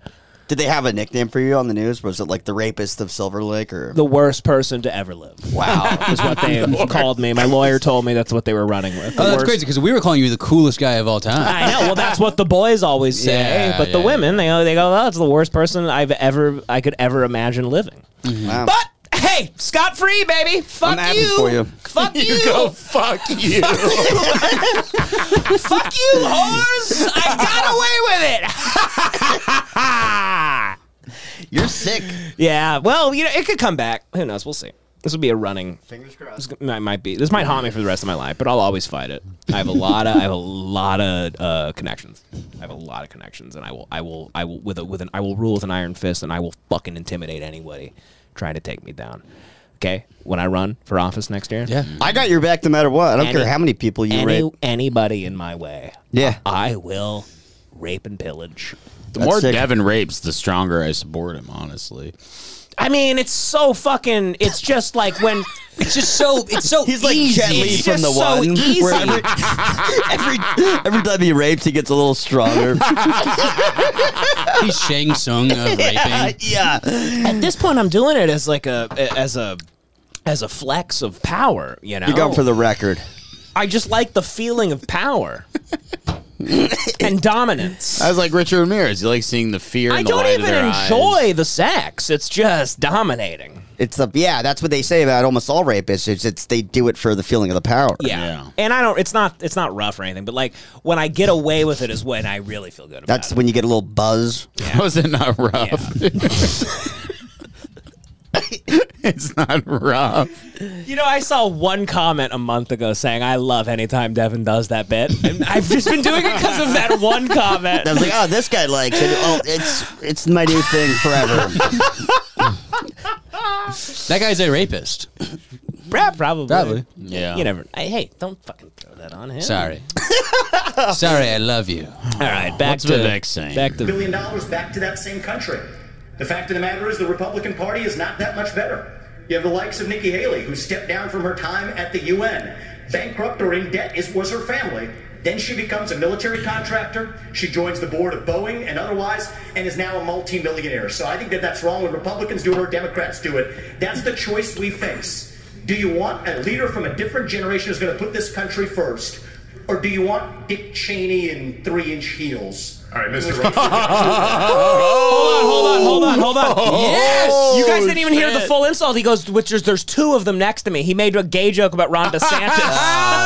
D: Did they have a nickname for you on the news? Was it like the rapist of Silver Lake or
E: the worst person to ever live?
D: *laughs* Wow,
E: is what
F: *laughs*
E: they called me. My lawyer told me that's what they were running with. The
F: Oh, that's
E: worst-
F: crazy because we were calling you the coolest guy of all time.
E: I know. Well, that's what the boys always say,
F: Yeah,
E: but the
F: yeah,
E: women they go, they go, oh, it's the worst person I've ever I could ever imagine living.
F: Mm-hmm.
M: But hey, scot free, baby. Fuck you.
G: *laughs*
M: Fuck you.
G: go fuck
E: *laughs*
G: you.
M: fuck you, whores. I got away with it.
D: You're sick.
E: Yeah. Well, you know, it could come back. Who knows? We'll see. This would be a running. Fingers crossed. This might, might be. This might haunt me for the rest of my life, but I'll always fight it. I have a lot of. I have a lot of uh, connections. I have a lot of connections, and I will. I will. I will with a, with an. I will rule with an iron fist, and I will fucking intimidate anybody trying to take me down. Okay. When I run for office next year. Yeah.
D: I got your back no matter what. I don't
E: Any-
D: care how many people you
E: Any,
D: rape.
E: anybody in my way.
D: Yeah.
E: I will rape and pillage.
G: Uh, The more Devin rapes, the stronger I support him. Honestly,
E: I mean, it's so fucking. It's just like when. It's
F: just so. It's so.
D: He's like Jet Li
E: It's
D: from
E: just
D: the
E: so
D: one.
E: easy.
D: where every, every *laughs* every time he rapes, he gets a little stronger.
F: He's Shang
E: *laughs*
F: Tsung of raping.
D: *laughs* yeah.
E: At this point, I'm doing it as like a as a as a flex of power. You know.
D: You're going for the record.
E: I just like the feeling
D: *laughs*
E: of power and dominance.
G: I was like Richard Ramirez. You like seeing the fear.
E: I
G: in the
E: don't
G: light of
E: even
G: their eyes.
E: enjoy the sex. It's just dominating.
D: It's the yeah. That's what they say about almost all rapists. It's, it's they do it for the feeling of the power.
E: Yeah. And I don't. It's not. It's not rough or anything. But like when I get away with it is when I really feel good.
D: That's when you get a little buzz.
G: Was it not rough? *laughs* it's not
E: *laughs*
G: rough.
E: You know, I saw one comment a month ago saying, "I love anytime Devin does that bit." And I've just been doing it because of that one comment.
D: I was like, oh, this guy likes it. Oh, it's it's my new thing forever.
F: That guy's a rapist.
E: Brad, probably.
F: Probably.
G: Yeah.
E: You never. I, hey, don't fucking throw that on him.
F: Sorry. Sorry, I love you.
E: All right, back
G: What's
E: to
G: Vivek saying?
E: Back to
K: billion dollars back to that same country. The fact of the matter is, the Republican Party is not that much better. You have the likes of Nikki Haley, who stepped down from her time at the UN. Bankrupt or in debt is, was her family. Then she becomes a military contractor. She joins the board of Boeing and otherwise, and is now a multimillionaire. So I think that that's wrong. When Republicans do it or Democrats do it, that's the choice we face. Do you want a leader from a different generation who's going to put this country first, or do you want Dick Cheney in three-inch heels? All right, Mr.
E: Hold on, hold on, hold on, hold on.
F: Yes!
E: You guys didn't even hear the
G: Oh, shit.
E: full insult. He goes, which is there's two of them next to me. He made a gay joke about
G: *laughs*
E: Ron DeSantis.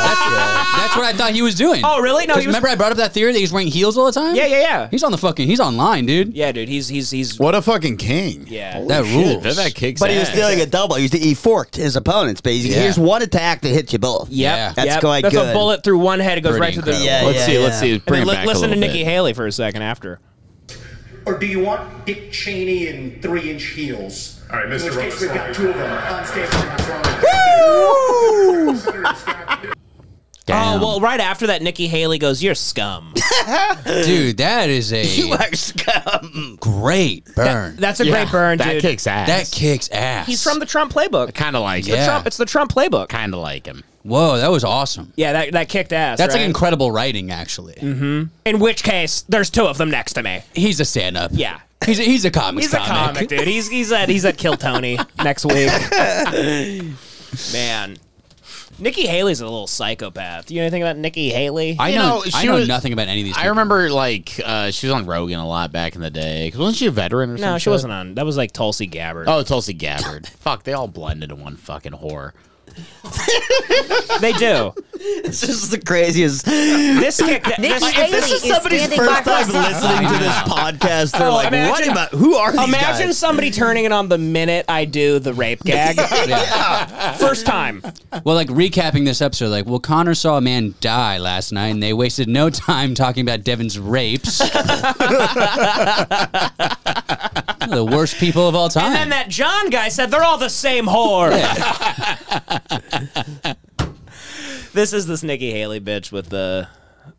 F: That's what I thought he was doing.
E: Oh, really? No,
F: 'Cause
E: he was-
F: remember I brought up that theory that he's wearing heels all the time.
E: yeah, yeah, yeah.
F: He's on the fucking. He's online, dude.
E: Yeah, dude. He's he's he's
G: What a fucking king.
E: yeah.
F: that rules.
G: Vivek kicks
D: But he was
G: ass.
D: stealing a double. He, was, he forked his opponents, but he's,
F: Yeah.
D: here's one attack that hits you both.
E: Yep,
F: Yeah.
D: That's
E: yep.
D: quite
E: That's a
D: good.
E: bullet through one head. It goes
F: Pretty
E: right to the.
F: incredible.
D: Yeah,
G: Let's
D: yeah,
G: see. Let's
D: yeah.
G: see.
E: And
G: Bring
E: then
G: it
E: li-
G: back a
E: listen to
G: little
E: Nikki
G: bit.
E: Haley for a second after.
K: Or do you want Dick Cheney in three inch heels? All right, Mr. In which case, we've got two of them on stage.
E: Oh well, right after that, Nikki Haley goes, "You're scum."
F: dude, that is
D: You
F: a
D: are scum. *laughs*
F: great burn.
E: *laughs*
F: That,
E: That's a great burn,
G: That
E: dude.
G: kicks ass.
F: kicks ass.
E: He's from the Trump playbook.
G: kind of like
F: Yeah.
G: him.
E: Trump, it's the Trump playbook.
G: Kind of like him.
F: Whoa, that was awesome.
E: Yeah, that, that kicked ass.
F: That's like
E: right? Mm-hmm.
F: incredible writing, actually.
E: In which case, there's two of them next to me.
F: He's a stand-up.
E: Yeah.
F: he's a, he's a comic.
E: He's a comic, dude. He's he's at he's at Kill *laughs* Tony next week. Man, Nikki Haley's a little psychopath. You know anything about Nikki Haley?
F: I
G: You
F: know,
G: know,
F: I
G: she
F: know
G: was-
F: nothing about any of these.
G: I
F: people.
G: remember like uh, she was on Rogan a lot back in the day. 'Cause wasn't she a veteran or something?
E: no, she wasn't on. That was like Tulsi Gabbard.
G: Oh, Tulsi Gabbard. Fuck, they all blended in one fucking whore.
E: they *laughs* do.
D: This is the craziest. This
E: kick.
D: This, if this is somebody's first time
G: *laughs*
D: listening to this podcast, they're
E: Oh,
D: like,
E: imagine-
D: "What about? Who are these
E: Imagine
D: guys?"
E: somebody turning it on the minute I do the rape gag. First time.
F: Well, like recapping this episode, like, well, Connor saw a man die last night, and they wasted no time talking about Devin's rapes. *laughs* the worst people of all
E: And
F: time.
E: then that John guy said they're all the same whore. *laughs* this is this Nikki Haley bitch with the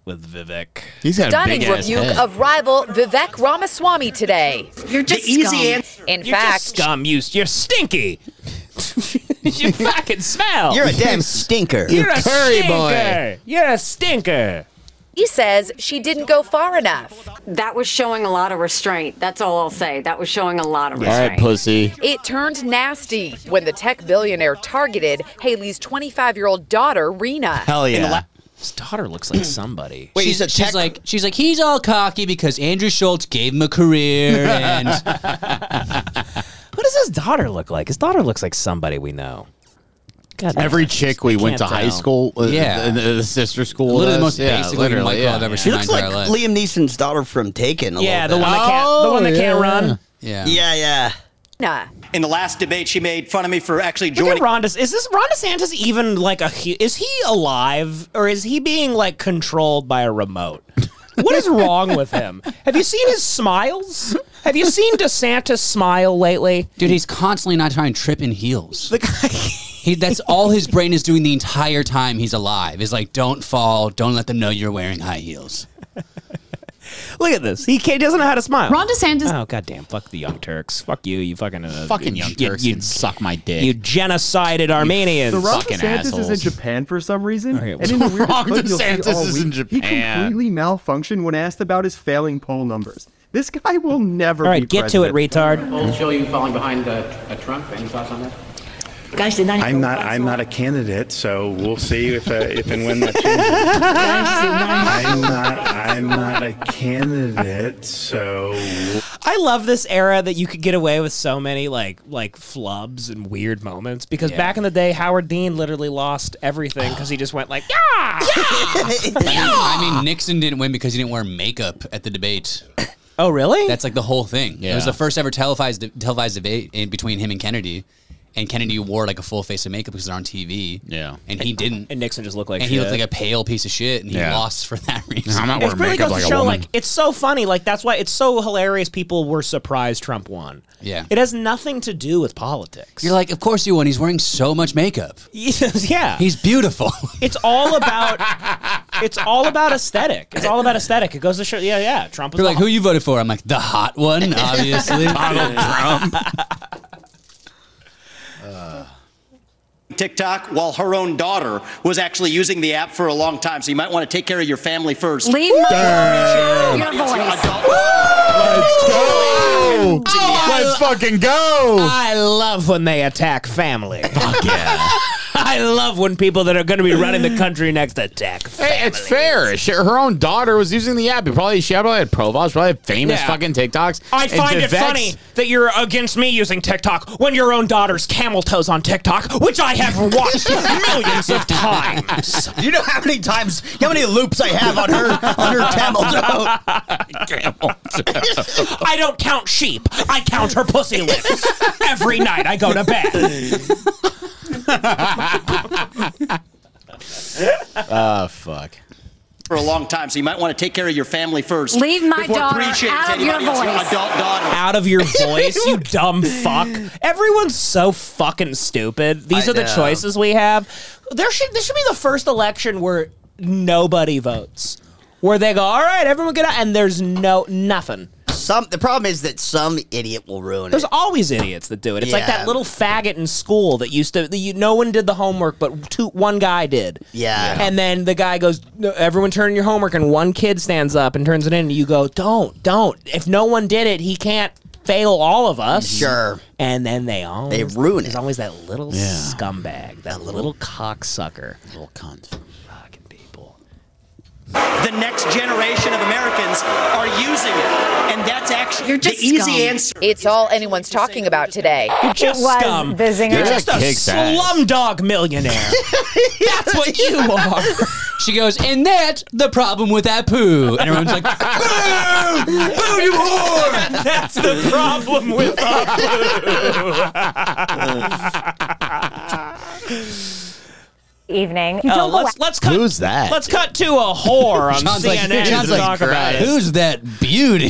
E: with Vivek.
G: He's
N: Stunning rebuke of rival Vivek Ramaswamy today. You're
E: just The easy scum. answer-
N: In
E: You're
N: fact,
E: just scum. You, you're stinky. *laughs* you fucking smell. *laughs*
N: You're a damn
D: stinker.
E: You're
N: You
E: a
N: curry
E: stinker.
N: boy.
E: You're a stinker.
N: he says she didn't go far enough.
B: That was showing a lot of restraint. That's all I'll say. That was showing a lot of
G: All right,
B: restraint.
G: pussy.
N: It turned nasty when the tech billionaire targeted Haley's 25 year old daughter, Rena.
D: yeah.
E: His daughter looks like somebody.
F: she's, she's like she's like he's all cocky because Andrew Schultz gave him a career and
E: What does his daughter look like? His daughter looks like somebody we know. God,
G: Every chick we went to
E: can't
G: high
E: tell.
G: school, uh,
E: Yeah.
G: the, the- the sister school,
F: Literally the
G: with us.
F: most basic looking white girl I've ever
D: She
F: seen
D: looks
F: in my
D: like
F: entire life.
D: Liam Neeson's daughter from Taken. a
E: Yeah,
D: little
E: the
D: bit.
E: one that can't- the one that
G: Oh,
E: can't run.
F: Yeah.
D: Yeah, *laughs* yeah.
K: In the last debate, she made fun of me for actually
E: Look
K: joining.
E: at Ron DeS- is this Ron DeSantis even like a? hu- Is he alive or is he being like controlled by a remote? What is wrong with him? Have you seen his smiles? Have you seen DeSantis smile lately?
F: Dude, he's constantly not trying to trip in heels. The guy, he, that's all his brain is doing the entire time he's alive. Is like, don't fall, don't let them know you're wearing high heels.
E: Look at this. He can't, doesn't know how to smile.
F: Ron DeSantis-
E: Oh goddamn! Fuck the Young Turks. Fuck you. You fucking uh,
G: Fucking Young
E: you-
G: Turks
E: You,
G: can suck my dick.
E: you genocided Armenians.
O: So Ron
E: fucking
O: DeSantis
E: assholes.
O: is in Japan for some reason, and in
G: *laughs* well,
O: the weirdest
G: Ron
O: clip you'll see
G: DeSantis
O: all
G: is
O: week,
G: in
O: he
G: Japan.
O: completely malfunctioned when asked about his failing poll numbers. This guy will never.
E: All right,
O: be
E: get to it,
O: president.
P: Old show you falling behind a, a Trump. Any thoughts on that?
Q: Guys, did not. I'm not. I'm not a candidate, so we'll see if uh, if and when that
B: *laughs*
Q: changes. I'm not. I'm not a candidate, so.
E: I love this era that you could get away with so many like like flubs and weird moments because
R: Yeah.
E: back in the day, Howard Dean literally lost everything because he just went like, yeah,
F: I mean, I mean, Nixon didn't win because he didn't wear makeup at the debate.
E: Oh, really?
F: That's like the whole thing. It
E: Yeah.
F: was the first ever televised televised debate in between him and Kennedy, and Kennedy wore like a full face of makeup because they're on TV. Yeah, and he didn't.
E: And Nixon just looked like
F: and he looked
E: shit.
F: like a pale piece of shit, and he
E: Yeah.
F: lost for that *laughs* reason.
G: I'm not
E: It really goes to show, like, it's so funny. Like, that's why it's so hilarious. People were surprised Trump won.
F: yeah.
E: It has nothing to do with politics.
F: You're like, of course you won. He's wearing so much makeup.
E: *laughs* yeah.
F: He's beautiful. *laughs*
E: It's all about. it's all about aesthetic. It's all about aesthetic. It goes to show. Yeah, yeah. Trump was
F: They're like, who you voted for? I'm like, the
G: *laughs*
F: hot one, obviously.
G: Donald Trump.
F: *laughs*
K: TikTok while her own daughter was actually using the app for a long time. So you might want to take care of your family first.
B: Leave my
K: Damn.
B: your voice.
G: Let's go.
E: Let's
G: fucking go.
E: I love when they attack family. Fuck
G: yeah.
E: *laughs* I love when people that are going to be running the country next attack.
G: Hey, it's fair. She, her own daughter was using the app. It Probably she probably had profiles. Probably had famous
E: Yeah.
G: fucking TikToks.
E: I
G: And
E: find it
G: Vivek's-
E: funny that you're against me using TikTok when your own daughter's camel toes on TikTok, which I
G: *laughs*
E: have watched millions of times.
D: You know how many times, how many loops I have on her *laughs* on her camel toe.
E: I don't count sheep. I count her pussy lips. Every night I go to bed.
G: Oh fuck.
K: For a long time, so you might want to take care of your family first.
B: Leave my
K: before
B: daughter
K: preaching to
B: out of your
K: anybody else,
B: voice.
K: Adult daughter.
E: *laughs* Out of your voice, you dumb fuck. Everyone's so fucking stupid. These
R: I
E: are the
R: know.
E: choices we have. There should this should be the first election where nobody votes. Where they go, all right, everyone get out, and there's no nothing.
D: Some the problem is that some idiot will ruin
E: There's
D: it.
E: always idiots that do it. It's like
D: Yeah.
E: that little faggot in school that used to. that You, no one did the homework, but two, one guy did.
D: Yeah.
E: And then the guy goes, "No, "Everyone turn in your homework," and one kid stands up and turns it in. And you go, "Don't, don't! If no one did it, he can't fail all of us."
D: Sure.
E: And then they all
D: They ruin
E: There's
D: it.
E: always that little scumbag, that, little, cocksucker,
G: little cunt.
E: Fucking people.
K: The next generation of Americans are using it, and that's actually the easy answer.
N: It's all anyone's talking about today.
K: You're just It was scum. the zinger.
E: You're just a slumdog millionaire. *laughs* That's what you
G: *laughs*
E: are.
F: She goes, and that's the problem with that poo. And
G: *laughs*
F: everyone's like, boo, boo, you whore.
E: That's the problem
D: *laughs*
E: with
S: Evening.
E: Oh, let's let's cut.
G: Who's that? *laughs*
E: Let's cut to a whore on CNN to talk about it.
F: Who's that
G: *laughs*
F: beauty?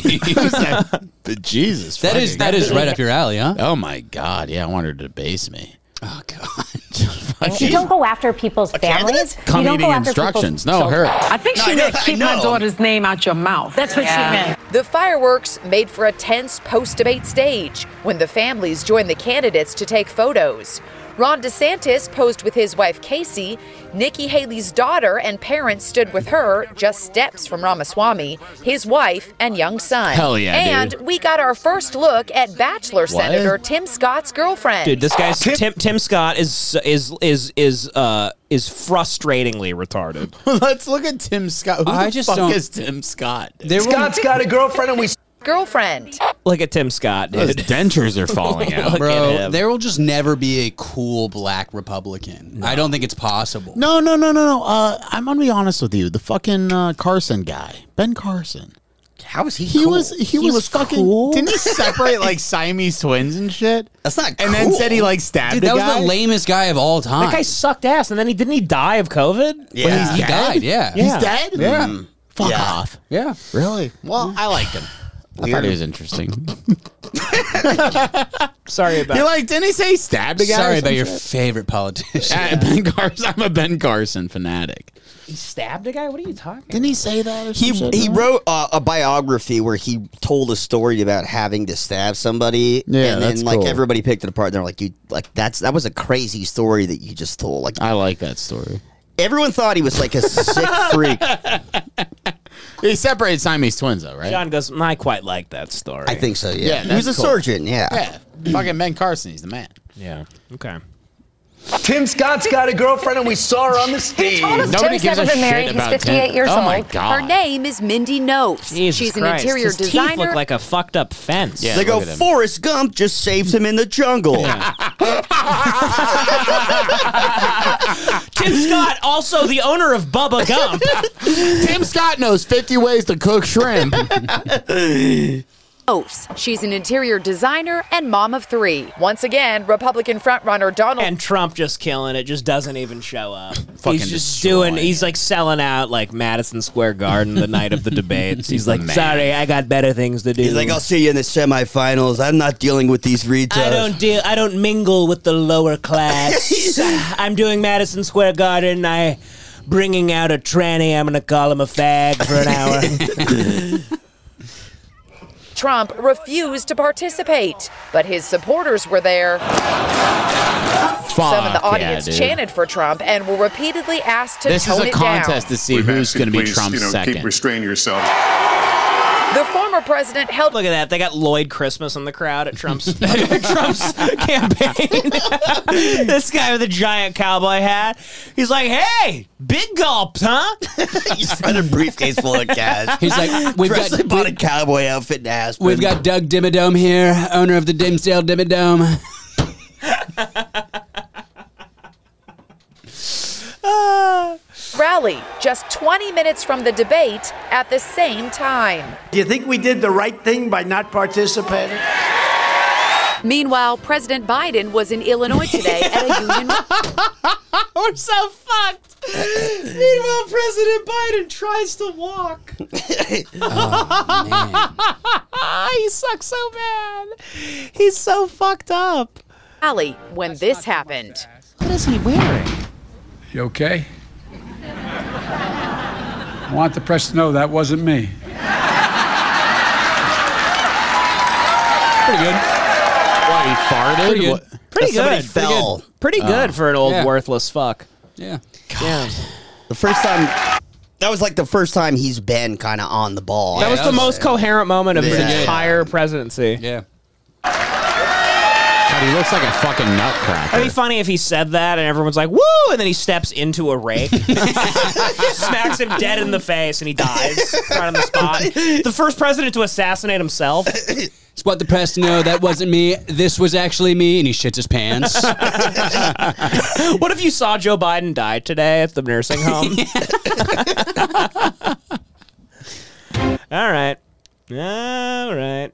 E: *laughs*
F: Who's that?
G: But Jesus,
F: That is-
G: fucking-
F: that is right up your alley, huh?
G: Oh my God, yeah, I want her to debase me. Oh *laughs* God,
S: You don't go after people's families.
G: Come
S: you don't
G: eating
S: go after people's
G: instructions. No, her.
S: I think she meant keep my
N: daughter's name out your mouth. That's
S: what she Yeah. meant.
N: The fireworks made for a tense post debate stage when the families joined the candidates to take photos. Ron DeSantis posed with his wife Casey. Nikki Haley's daughter and parents stood with her, just steps from Ramaswamy, his wife, and young son.
E: Hell yeah,
N: And
E: dude.
N: we got our first look at Bachelor
E: What?
N: Senator Tim Scott's girlfriend.
E: Dude, this guy's Tim, Tim Scott is is is is uh is frustratingly retarded.
G: Let's look at Tim Scott. Who
E: I
G: the
E: just
G: fuck
E: don't-
G: is Tim Scott?
E: There will- Scott's got
G: a girlfriend, and we.
N: Girlfriend.
E: Look at Tim Scott,
G: Those
E: dude.
G: dentures are
E: *laughs*
G: falling out,
F: Bro, there will just never be a cool black Republican. I don't think it's possible.
G: No, no, no, no, no. Uh, I'm gonna be honest with you. The fucking uh, Carson guy, Ben Carson.
D: How was he?
G: He was he, was, fucking.
D: cool?
G: Didn't he separate like Siamese twins and shit?
D: That's not.
G: And then said he like stabbed.
F: Dude,
G: a
F: that was
G: guy?
F: the lamest guy of all time.
E: That guy sucked ass, and then he didn't he die of COVID?
G: Yeah. But he's
F: he
G: dead?
F: died. Yeah,
G: He's dead?
F: Yeah,
G: Mm. Fuck off.
F: yeah.
G: Really? Well, I liked him. I thought he was interesting.
E: Sorry about.
G: He like didn't he say he stabbed a guy?
F: Sorry
G: or
F: about
G: some *laughs*
F: your
G: shit?
F: favorite politician.
G: Uh, ben Carson. I'm a Ben Carson fanatic.
E: He stabbed a guy. What are you talking?
G: Didn't he say that? Or
D: He,
G: some shit?
D: he wrote uh, a biography where he told a story about having to stab somebody,
G: Yeah,
D: and then
G: that's
D: like
G: cool.
D: everybody picked it apart. And they're like, "You like that's that was a crazy story that you just told." Like,
G: I like that story.
D: Everyone thought he was like
G: *laughs*
D: a sick freak.
G: He separated Siamese twins though, right?
E: John goes. "Mm, I quite like that story.
D: I think so. Yeah, he
G: that's
D: was a
G: cool.
D: surgeon. Yeah,
G: Yeah. Fucking Ben Carson, he's the man.
E: Yeah. Okay.
T: Tim Scott's got a girlfriend, and we saw her on the stage.
N: told us
G: Nobody gives
N: Tim's never
G: a
N: been
G: shit
N: married. He's
G: about
N: 58
G: Tim.
N: years
G: oh my
N: old.
G: god.
N: Her name is Mindy Notes.
E: Jesus
N: She's an
E: Christ,
N: interior
E: his
N: designer.
E: teeth look like a fucked up fence.
D: they go. Forrest Gump just saves him in the jungle.
E: Tim Scott, also the owner of Bubba Gump. *laughs*
G: Tim Scott knows 50 ways to *laughs* cook shrimp.
N: Oafs. She's an interior designer and mom of three. Once again, Republican frontrunner Donald
E: and Trump just killing it, just doesn't even show up.
G: Fucking
E: he's just doing. He's like selling out like Madison Square Garden the night of the debates. He's like, sorry, I got better things to do.
D: He's like, "Oh, "I'll see you in the semifinals. I'm not dealing with these retards."
E: I don't deal. I don't mingle with the lower class. *laughs* I'm doing Madison Square Garden. I bringing out a tranny. I'm gonna call him a fag for an hour.
N: Trump refused to participate, but his supporters were there. Some in the
G: Fuck yeah,
N: audience
G: dude.
N: chanted for Trump and were repeatedly asked to
G: This is
N: tone
G: a
N: it
G: contest to see who's going to be Trump's second.
U: restrain yourself.
N: down. The former president held
E: Look at that. They got Lloyd Christmas in the crowd at Trump's *laughs* Trump's campaign. *laughs* this guy with a giant cowboy hat. He's like, hey, big gulps, huh?
D: *laughs*
E: *laughs*
D: He's got a briefcase full of cash.
F: He's
G: *laughs*
F: like, we've
D: Dressed
F: got-
D: up on a cowboy outfit and aspirin.
F: We've got Doug Dimmadome here, owner of the Dimsdale Dimmadome.
N: rally just 20 minutes from the debate at the same time.
T: Do you think we did the right thing by not participating?
N: Meanwhile, President Biden was in Illinois today at
G: *laughs*
N: a union.
E: We're so fucked. Meanwhile, President Biden tries to *laughs* walk. Oh, *laughs* he sucks so bad. He's so fucked up.
N: Rally when this happened.
E: What is he wearing?
V: You okay? I want the press to know that wasn't me. Pretty good.
G: What, he farted?
E: Pretty good.
G: What-
E: Pretty
G: Somebody
E: good.
G: fell.
E: Pretty good, Pretty good
G: Oh.
E: for an old
G: Yeah.
E: worthless fuck.
F: Yeah.
E: Yeah.
D: The first time, that was like the first time he's been kind of on the ball.
E: That was the most coherent moment of his
D: Yeah.
E: entire presidency.
F: Yeah.
G: How do He looks like a fucking nutcracker.
E: It'd be funny if he said that and everyone's like, "Woo!" and then he steps into
G: *laughs*
E: a rake, smacks him dead in the face, and he dies right on the spot. The first president to assassinate himself.
F: Just want the press to know that wasn't me. This was actually me, and he shits
E: *laughs*
F: his pants.
E: what if you saw Joe Biden die today at the nursing
G: *laughs*
E: home? All right, all right.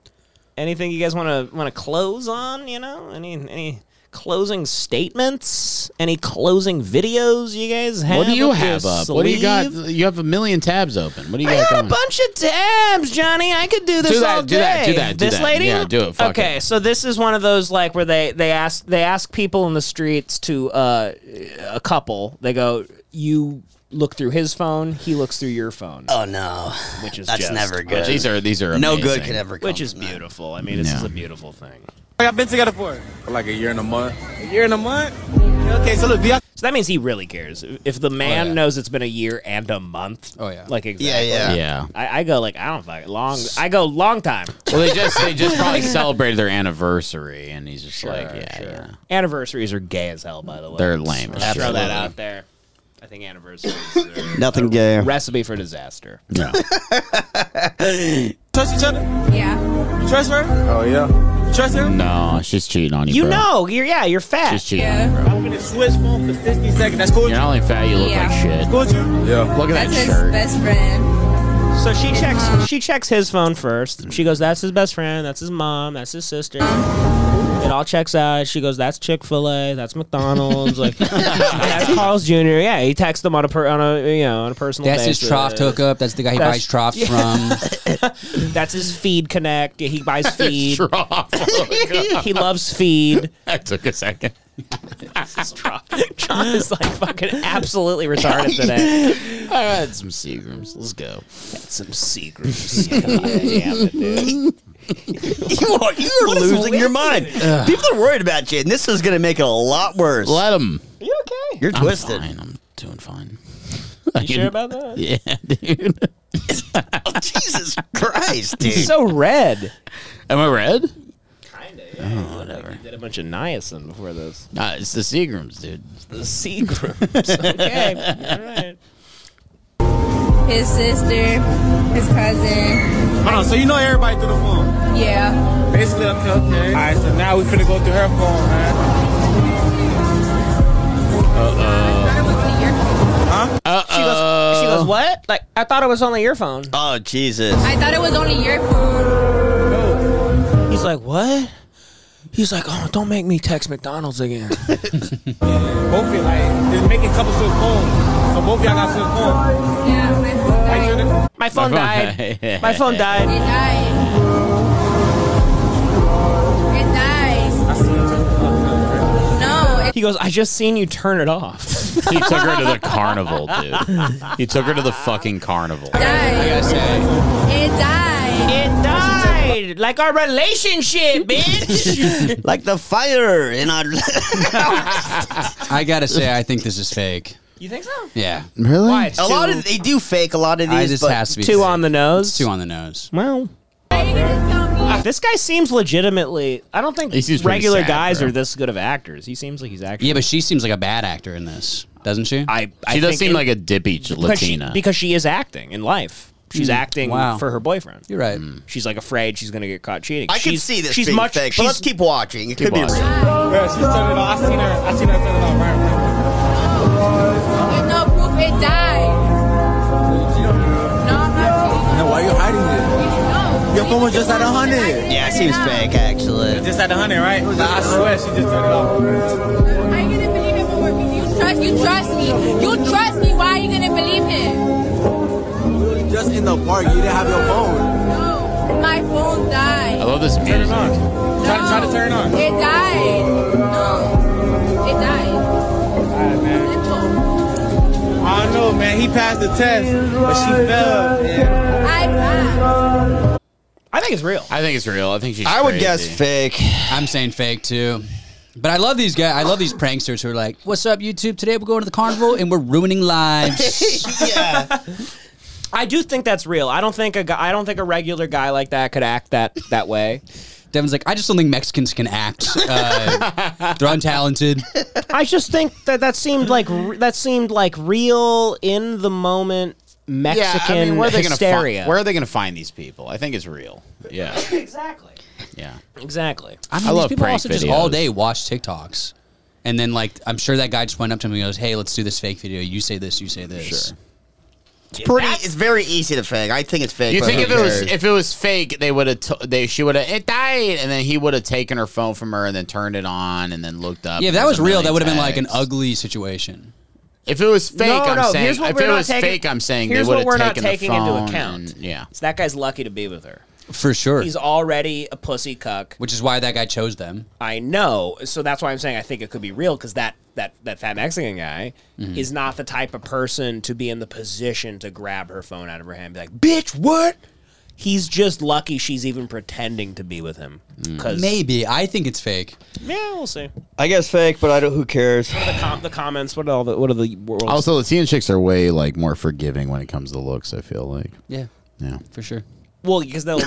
E: Anything you guys want to want to close on? You know, any any closing statements? Any closing videos you guys have?
G: What do you
E: up your
G: have up? What do you got?
E: sleeve?
G: You have a million tabs open. What do you
E: I
G: got
E: got a
G: going?
E: bunch of tabs, Johnny. I could do this
G: that,
E: all day.
G: do that, do that, do
E: this
G: that.
E: lady?
G: Yeah, do it. Fuck
E: okay, so this is one of those like where they they ask they ask people in the streets to uh, a couple. They go, you look through his phone, he looks through your phone.
D: Oh no,
E: which is
D: That's
E: just-
D: never good.
G: Oh, these are- these are
D: no good
G: amazing.
D: could ever. Come
E: Which is beautiful. I mean, this
G: Yeah.
E: is a beautiful thing.
K: Y'all been together for?
E: Like a year and a month.
K: A year and a month? Okay, so look, do y'all
E: So that means he really cares. If the man knows it's been a year and a month, oh yeah, like exactly,
G: Oh, yeah. Yeah.
E: I, I go like I don't fuck long. I go long time.
G: Well, they just they just
E: *laughs*
G: probably celebrated their anniversary, and he's just like, yeah, yeah.
E: Anniversaries are gay as hell, by the way.
G: They're lame
E: Let's
G: as
E: Throw
G: shit.
E: that out there. I think *laughs* anniversaries are
D: Nothing gay.
E: a recipe for disaster.
G: No.
K: *laughs* trust each other? Yeah. You trust her? Oh, yeah. You trust him?
G: No, she's cheating on you.
E: You
G: bro.
E: know, you're yeah, you're fat.
G: She's cheating on you,
K: I'm gonna switch phone for 60 seconds. That's cool.
G: bro. You're not only fat, you look
K: Yeah.
G: like shit.
K: Cool with you?
G: Yeah. Look at that shirt.
N: best friend.
E: So she checks she checks his phone first. She goes, That's his best friend, that's his mom, that's his sister. It all checks out. She goes, That's Chick fil A, that's
G: *laughs*
E: McDonald's, like that's Carl's Jr. Yeah, he texts them on a per, on a you know, on a personal
F: That's his
E: basis.
F: trough hookup. That's the guy he
E: That's-
F: buys troughs
E: Yeah. *laughs*
F: from.
E: That's his feed connect. Yeah,
G: *laughs*
E: he buys feed.
G: trough.
E: *laughs* he loves feed.
G: *laughs* That took a second. *laughs*
E: John is *laughs* like fucking absolutely retarded today.
G: I had some Seagrams. Let's go.
E: some Seagrams. Damn it, dude.
D: You are you are
E: is
D: losing your mind. People are worried about you, and this is going to make it a lot worse.
G: Let them.
E: You okay?
D: You're
G: I'm
D: twisted.
G: fine. I'm doing fine. *laughs*
E: You sure about that?
G: Yeah, dude.
D: Jesus Christ, dude.
E: He's so red.
G: Am I red?
E: Oh, whatever. did a bunch of niacin before this.
G: Nah, it's the Seagrams, dude.
E: The Seagrams. *laughs* Okay. All right.
N: His sister, his cousin.
K: Hold on, so you know everybody through the phone.
N: Yeah.
K: Basically, okay, okay. All right, so now we finna go through her phone, man.
G: Uh oh.
E: She goes, she goes, what? Like, I thought it was only your phone.
D: Oh Jesus.
N: I thought it was only your phone.
E: He's like, what? He's like, oh, don't make me text McDonald's *laughs* again.
K: Both of you, like, just make a couple switch phones. So both of y'all got switch phones.
N: Yeah, my
K: Like, you
N: phone.
K: know-
E: My phone died.
G: *laughs*
E: *laughs* My phone died.
N: It died. It died.
K: I see you too.
N: No, it
E: He goes, I just seen you turn it off.
G: He took her to the
E: *laughs*
G: carnival, dude. He took her to the fucking carnival.
N: died. It died.
E: It died. Like our *laughs* relationship, bitch.
D: like the fire in our. *laughs*
F: I gotta say, I think this is fake.
E: you think so?
F: Yeah,
G: Really?
E: Why? It's
D: a
E: too-
D: lot of they do fake a lot of
F: I
D: these.
F: this
D: but
F: has to be
E: two
F: fake.
E: on the nose.
F: Two on the nose.
E: Well,
N: Why you gonna tell me?
E: this guy seems legitimately. I don't think
G: He seems pretty
E: regular
G: sad,
E: guys
G: bro.
E: are this good of actors. He seems like he's actually.
F: Yeah, but she seems like a bad actor in this, doesn't she?
E: I, I
G: She does
E: think
G: seem
E: it-
G: like a dippy ch-
E: because she-
G: Latina.
E: because she is acting in life. She's
F: Mm.
E: acting
F: Wow.
E: for her boyfriend.
F: You're right.
E: She's like afraid she's gonna get caught cheating.
D: I
E: she's,
D: can see this.
E: She's
D: being
E: much.
D: fake, but
E: she's-
D: let's keep watching. It could be
G: watching.
D: real.
K: Bro, she turned it off. I seen her. I seen her turn it off. Right, right.
N: There's no proof it died. No, I'm not
K: Now, why you hiding it?
N: cheating. No.
K: Your phone was just at 100.
D: Yeah, it seems fake actually.
K: Just at 100, right? Nah, I swear she just turned it off.
N: Why you gonna believe him over me? You trust, you trust me. You trust me. Why are you gonna believe him?
K: Just in the park, you didn't have your phone.
N: No, my phone died.
G: I love this
K: Turn it
G: music.
K: on. Try, to- try to turn it on.
N: It died. No, it died.
K: Alright, man.
N: Simple.
K: I don't know, man. He passed the test, but she failed. Yeah.
N: I passed.
E: I think it's real.
G: I think it's real. I think she's.
D: I would guess
G: crazy.
D: fake.
F: I'm saying fake too. But I love these guys. I love these pranksters who are like, "What's up, YouTube? Today we're going to the carnival and we're
E: *laughs*
F: ruining lives."
D: *laughs* yeah.
E: I do think that's real. I don't think a guy, I don't think a regular guy like that could act that that way.
F: Devin's like, I just don't think Mexicans can act.
E: *laughs*
F: Uh, they're untalented.
E: I just think that that seemed like r- that seemed like real in the moment Mexican
G: yeah, I mean, where are they gonna fi-
E: hysteria.
G: where are they going to find these people? I think it's real. *laughs* Yeah.
E: exactly.
G: Yeah.
E: Exactly.
F: I mean,
G: I
F: these
G: love
F: people
G: prank
F: also just
G: videos.
F: all day watch TikToks. And then, like, I'm sure that guy just went up to him and goes, Hey, let's do this fake video. You say this, you say this. Sure.
D: It's pretty. It's very easy to fake. I think it's fake.
G: You
D: but
G: think
D: who
G: if it was
D: cares?
G: if it was fake, they would have t- they she would have it died, and then he would have taken her phone from her and then turned it on and then looked up.
F: Yeah, if
G: and
F: that
G: there's
F: was
G: a
F: real,
G: million
F: that would have been like an
G: tags.
F: ugly situation.
G: If it was fake,
E: no,
G: I'm
E: no.
G: saying
E: here's what
G: if
E: we're
G: it
E: not
G: was
E: taking,
G: fake, I'm saying
E: here's
G: they would
E: what
G: have
E: we're not
G: taken
E: taking
G: the phone
E: into account.
G: and- yeah,
E: So that guy's lucky to be with her.
F: For sure.
E: He's already a pussy cuck.
F: Which is why that guy chose them.
E: I know. So that's why I'm saying I think it could be real because that that that fat Mexican guy
G: Mm-hmm.
F: Mhm.
E: is not the type of person to be in the position to grab her phone out of her hand and be like, "Bitch, what?" He's just lucky she's even pretending to be with him.
G: Mm.
E: Because
F: Maybe. I think it's fake.
E: yeah, we'll see.
D: I guess fake, but I don't. Who cares?
E: The, com- the comments. What are all the what are the world?
G: Also, Latina chicks are way like more forgiving when it comes to looks. I feel like.
F: Yeah.
G: Yeah.
F: For sure.
E: Well,
G: *laughs*
E: because they'll.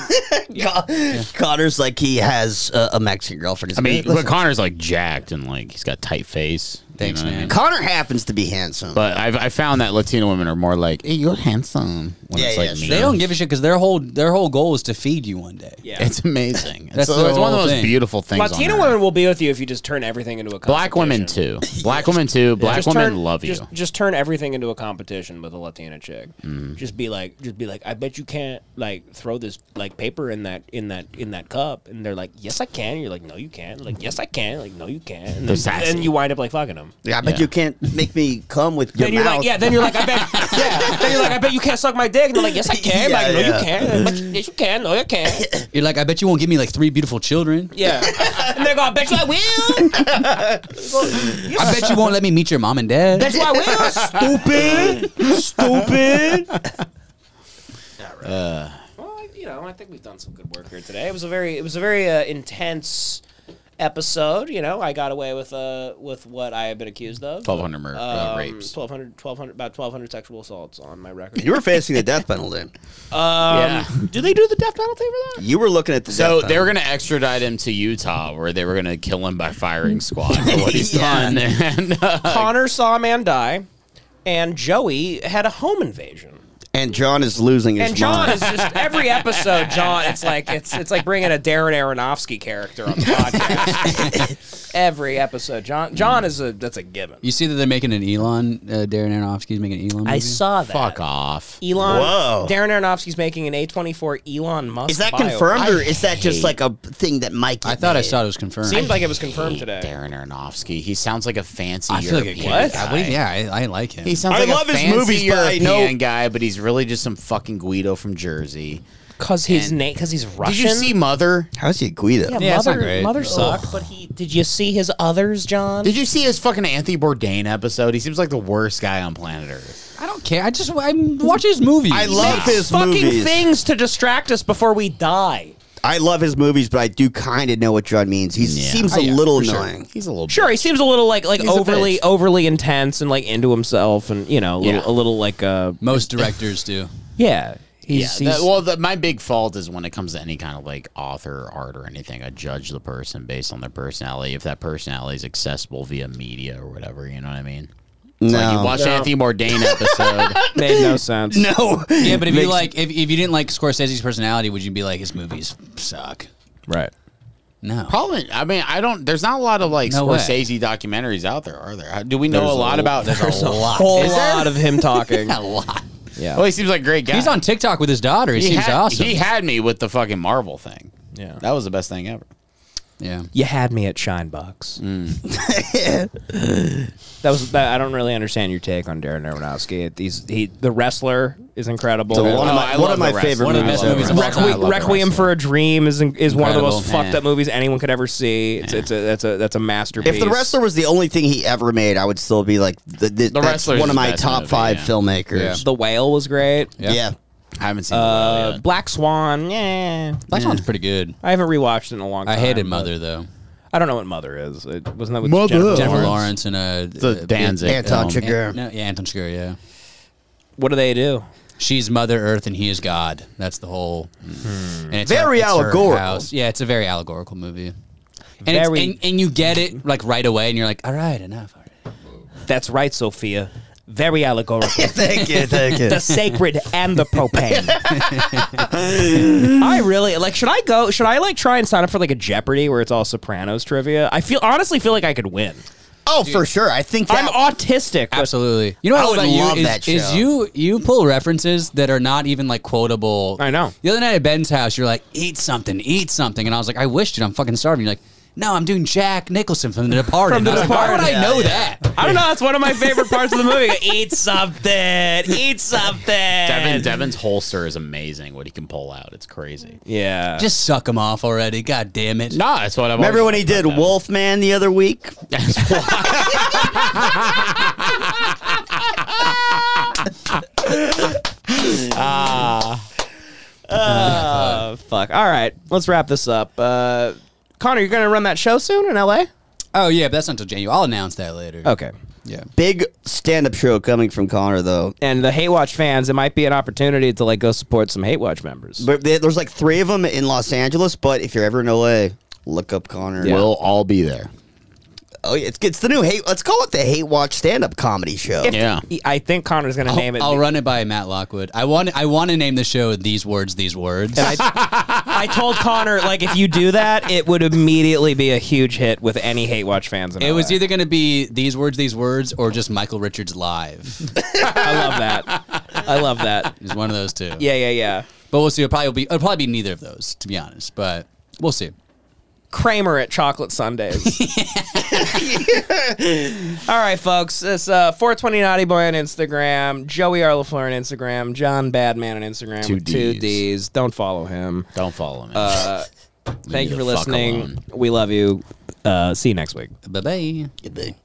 D: Connor's like he has a, a Mexican girlfriend. He's
G: I mean,
D: like, "Listen,
G: but Connor's like jacked and like he's got tight face. Thanks, man.
D: Connor happens to be handsome.
G: But I've I found that Latino women are more like, hey, you're handsome. When it's like me.
F: They don't give a shit because their whole their whole goal is to feed you one day.
E: Yeah.
G: *laughs* It's amazing.
F: That's
G: That's
F: the
G: it's one of
F: whole
G: the most
F: thing.
G: beautiful things. on
E: Latina
G: earth.
E: women will be with you if you just turn everything into a
G: black women too. Black women too. Black
E: Just
G: women
E: turn-
G: love you.
E: just, Just turn everything into a competition with a Latina chick.
D: Mm-hmm.
E: Just be like, just be like, I bet you can't like throw this like paper in that in that in that cup, and they're like, yes I can. And you're like, no you can't. Like yes I can. Like no you can't. And
D: They're
E: then,
D: sassy.
E: then you wind up like fucking them.
D: Yeah, I bet you can't make me come with your
E: Then *laughs* you're
D: mouth.
E: like, yeah. Then you're like,
D: *laughs*
E: I bet. *laughs* Yeah. Then you're like, I bet you can't suck my dick. And they're like, yes I can.
D: Yeah,
E: like no
D: yeah.
E: you can. But yes you can. No you can.
D: *laughs*
F: You're like, I bet you won't give me like three beautiful children.
E: Yeah. and they're gonna bet you I
D: *laughs*
E: will.
F: I bet you won't let me meet your mom and dad.
E: Bet you I will. Stupid. Stupid.
G: Uh,
E: Well, I- you know, I think we've done some good work here today. It was a very, it was a very uh, intense episode. You know, I got away with uh with what I have been accused of.
G: 1,200 mur- uh, rapes.
E: 1,200, 1,200 about twelve hundred sexual assaults on my record.
D: You were facing the death penalty.
E: Um, Do they do the death penalty for
D: You were looking at the
G: so
D: death
G: they were
D: penalty.
G: going to extradite him to Utah, where they were going to kill him by firing squad for what he's
E: Yeah.
G: done. And, uh,
E: that? Connor saw a man die, and Joey had a home invasion.
D: and John is losing his
E: and John
D: mind.
E: is just every episode. John, it's like it's it's like bringing a Darren Aronofsky character on the
G: *laughs*
E: podcast. every episode, John John is a that's a given.
F: You see that they're making an Elon, uh, Darren Aronofsky's making an Elon.
E: I
F: movie?
E: saw that.
G: Fuck off.
E: Elon.
D: Whoa.
E: Darren Aronofsky's making an A24 Elon Musk.
D: is that
E: bio.
D: confirmed, or
E: I
D: is that just
E: hate-
D: like a thing that Mike?
F: I thought I saw it was confirmed.
E: Seemed like it was confirmed today.
G: Darren Aronofsky. He sounds like a fancy
F: I feel like it
G: European
F: could.
G: guy.
F: I believe- yeah, I, I like him.
G: He sounds
D: I
G: like
D: love
G: a
D: his
G: fancy
D: movies, but I
G: European
D: know-
G: guy, but he's really just some fucking Guido from Jersey.
E: Cause his
G: And-
E: name, cause he's Russian.
G: Did you see Mother?
D: How's he Guido?
E: Yeah,
G: Yeah, it's not
E: mother,
G: great.
E: mother
G: Ugh.
E: sucked. But he did you see his others, John?
G: Did you see his fucking Anthony Bourdain episode? He seems like the worst guy on planet Earth.
F: I don't care. I just I'm watching his movies.
D: I
F: *laughs*
D: love his
E: fucking
D: movies.
E: things to distract us before we die?
D: I love his movies, but I do kind of know what John means. He seems a
G: Oh, yeah,
D: little
G: for sure.
D: annoying.
G: He's a little
E: Sure, he seems a little like like
G: He's a
E: overly
G: bitch.
E: overly intense and like into himself and you know a little,
G: Yeah.
E: a little like uh
F: Most directors do.
E: yeah he's,
G: yeah,
E: he's
G: that- well, the, my big fault is when it comes to any kind of like author, art, or anything. I judge the person based on their personality. If that personality is accessible via media or whatever, you know what I mean? It's like
D: No.
G: you watch
D: No.
G: Anthony Bourdain
F: *laughs*
G: episode.
E: made no sense.
D: No.
F: Yeah, but if you
D: Makes-
F: like, if, if you didn't like Scorsese's personality, would you be like his movies suck?
E: right.
F: No.
G: Probably. I mean, I don't. There's not a lot of like
F: No way.
G: Scorsese documentaries out there, are there? How- Do we know
F: There's
G: a
F: a
G: lot
F: l-
G: about?
F: there's a
G: Is there?
F: lot.
E: whole
G: Is there?
E: lot of him *laughs* talking.
F: A lot.
E: Yeah.
G: Well, he seems like a great guy.
F: He's on TikTok with his daughter. He,
G: He
F: seems
G: had,
F: awesome.
G: He had me with the fucking Marvel thing.
E: Yeah.
G: That was the best thing ever.
F: yeah.
E: You had me at Shinebox. that was. That, I don't really understand your take on Darren Aronofsky. He's he the wrestler is incredible.
D: So one of
G: Oh, I
D: my- one
G: love
D: of my
G: The Wrestler.
D: favorite
G: One of the best
D: movies
G: movies
D: ever.
G: of all time. I
E: Requiem,
G: love The
E: Requiem for a Dream is is one of the most
F: Incredible.
E: fucked up movies anyone could ever see. It's it's a that's a that's a masterpiece.
D: If the wrestler was the only thing he ever made, I would still be like, the, the,
G: The
D: that's
G: Wrestler is
D: one of
G: his
D: my
G: best
D: top
G: movie,
D: five
G: yeah.
D: filmmakers.
E: the whale was great.
D: Yeah.
G: I haven't seen
E: Uh,
G: uh,
E: Black Swan, yeah.
F: Black Swan's pretty good.
E: I haven't rewatched it in a long time.
F: I hated
E: but
F: Mother though.
E: I don't know what Mother is. It wasn't that with
G: Mother.
E: Jennifer
F: Jennifer
E: Lawrence?
F: Lawrence and uh,
G: The
F: uh,
G: Danzig.
D: Anton
F: um,
D: Chigurh.
F: An- no, yeah, Anton Chigurh. Yeah.
E: What do they do?
F: She's Mother Earth and he is God. That's the whole.
E: Hmm.
F: And
D: Very
F: her
D: allegorical.
F: house. Yeah, it's a very allegorical movie. And, it's-
E: Very-
F: and and you get it like right away, and you're like, all right, enough.
E: That's right, Sophia. Very allegorical.
F: *laughs* Thank you, thank you.
E: The sacred and the propane. *laughs* I really like. Should I go? Should I like try and sign up for like a Jeopardy where it's all Sopranos trivia? I feel honestly feel like I could win.
D: Oh, for sure. I think
E: I'm autistic.
F: Absolutely. You know what
E: I
F: I, love
E: would
F: about you
E: love
F: is,
E: that
F: is
E: show.
F: you you pull references that are not even like quotable. I know. The other night at Ben's house, you're like, "Eat something, eat something," and I was like, "I wish, dude, I'm fucking starving." You're like, "No, I'm doing Jack Nicholson from The Departed."
E: From The
F: And I was like, Why would
E: Departed.
F: I know
E: Yeah,
F: that?
E: I don't know. That's one of my favorite parts of the movie. Eat something. Eat something.
G: Devin Devin's holster is amazing. What he can pull out, it's crazy.
E: Yeah,
F: just suck him off already. God damn it!
G: Nah, that's what I
D: Remember when he did Wolfman the other week?
E: Ah. Ah, fuck. All right, let's wrap this up. Uh, Connor, you're gonna run that show soon in LA?
F: Oh yeah, but that's not until January. I'll announce that later.
E: Okay.
F: Yeah.
D: Big stand up show coming from Connor, though.
E: And the Hate Watch fans, it might be an opportunity to like go support some Hate Watch members.
D: But there- there's like three of them in Los Angeles, but if you're ever in LA, look up Connor.
G: Yeah. We'll all be there.
D: Oh, yeah, it's, it's the new Hate. Let's call it the Hate Watch stand up comedy show.
E: I think Connor's gonna
F: I'll,
E: name it.
F: I'll run it by Matt Lockwood. I want I want to name the show "These Words, These Words."
E: I told Connor like if you do that, it would immediately be a huge hit with any Hate Watch fans. In
F: *laughs* It
E: LA.
F: was either going to be these words, these words, or just Michael Richards live.
E: *laughs* I love that. I love that.
F: It's one of those two.
E: Yeah, yeah, yeah.
F: But we'll see. It'll probably be it'll probably be neither of those, to be honest. But we'll see.
E: Kramer at
G: *laughs*
E: Chocolate Sundays. All right, folks. It's uh, 420 Naughty Boy on Instagram, Joey Arlafleur on Instagram, John Badman on Instagram.
G: Two
E: with Two
G: Ds.
E: D's. Don't follow him.
G: Don't follow him.
E: Uh,
G: Leave
E: thank you
G: the
E: for
G: fuck
E: listening.
G: alone.
E: We love you. Uh, see you next week.
F: Bye bye.
D: Good day.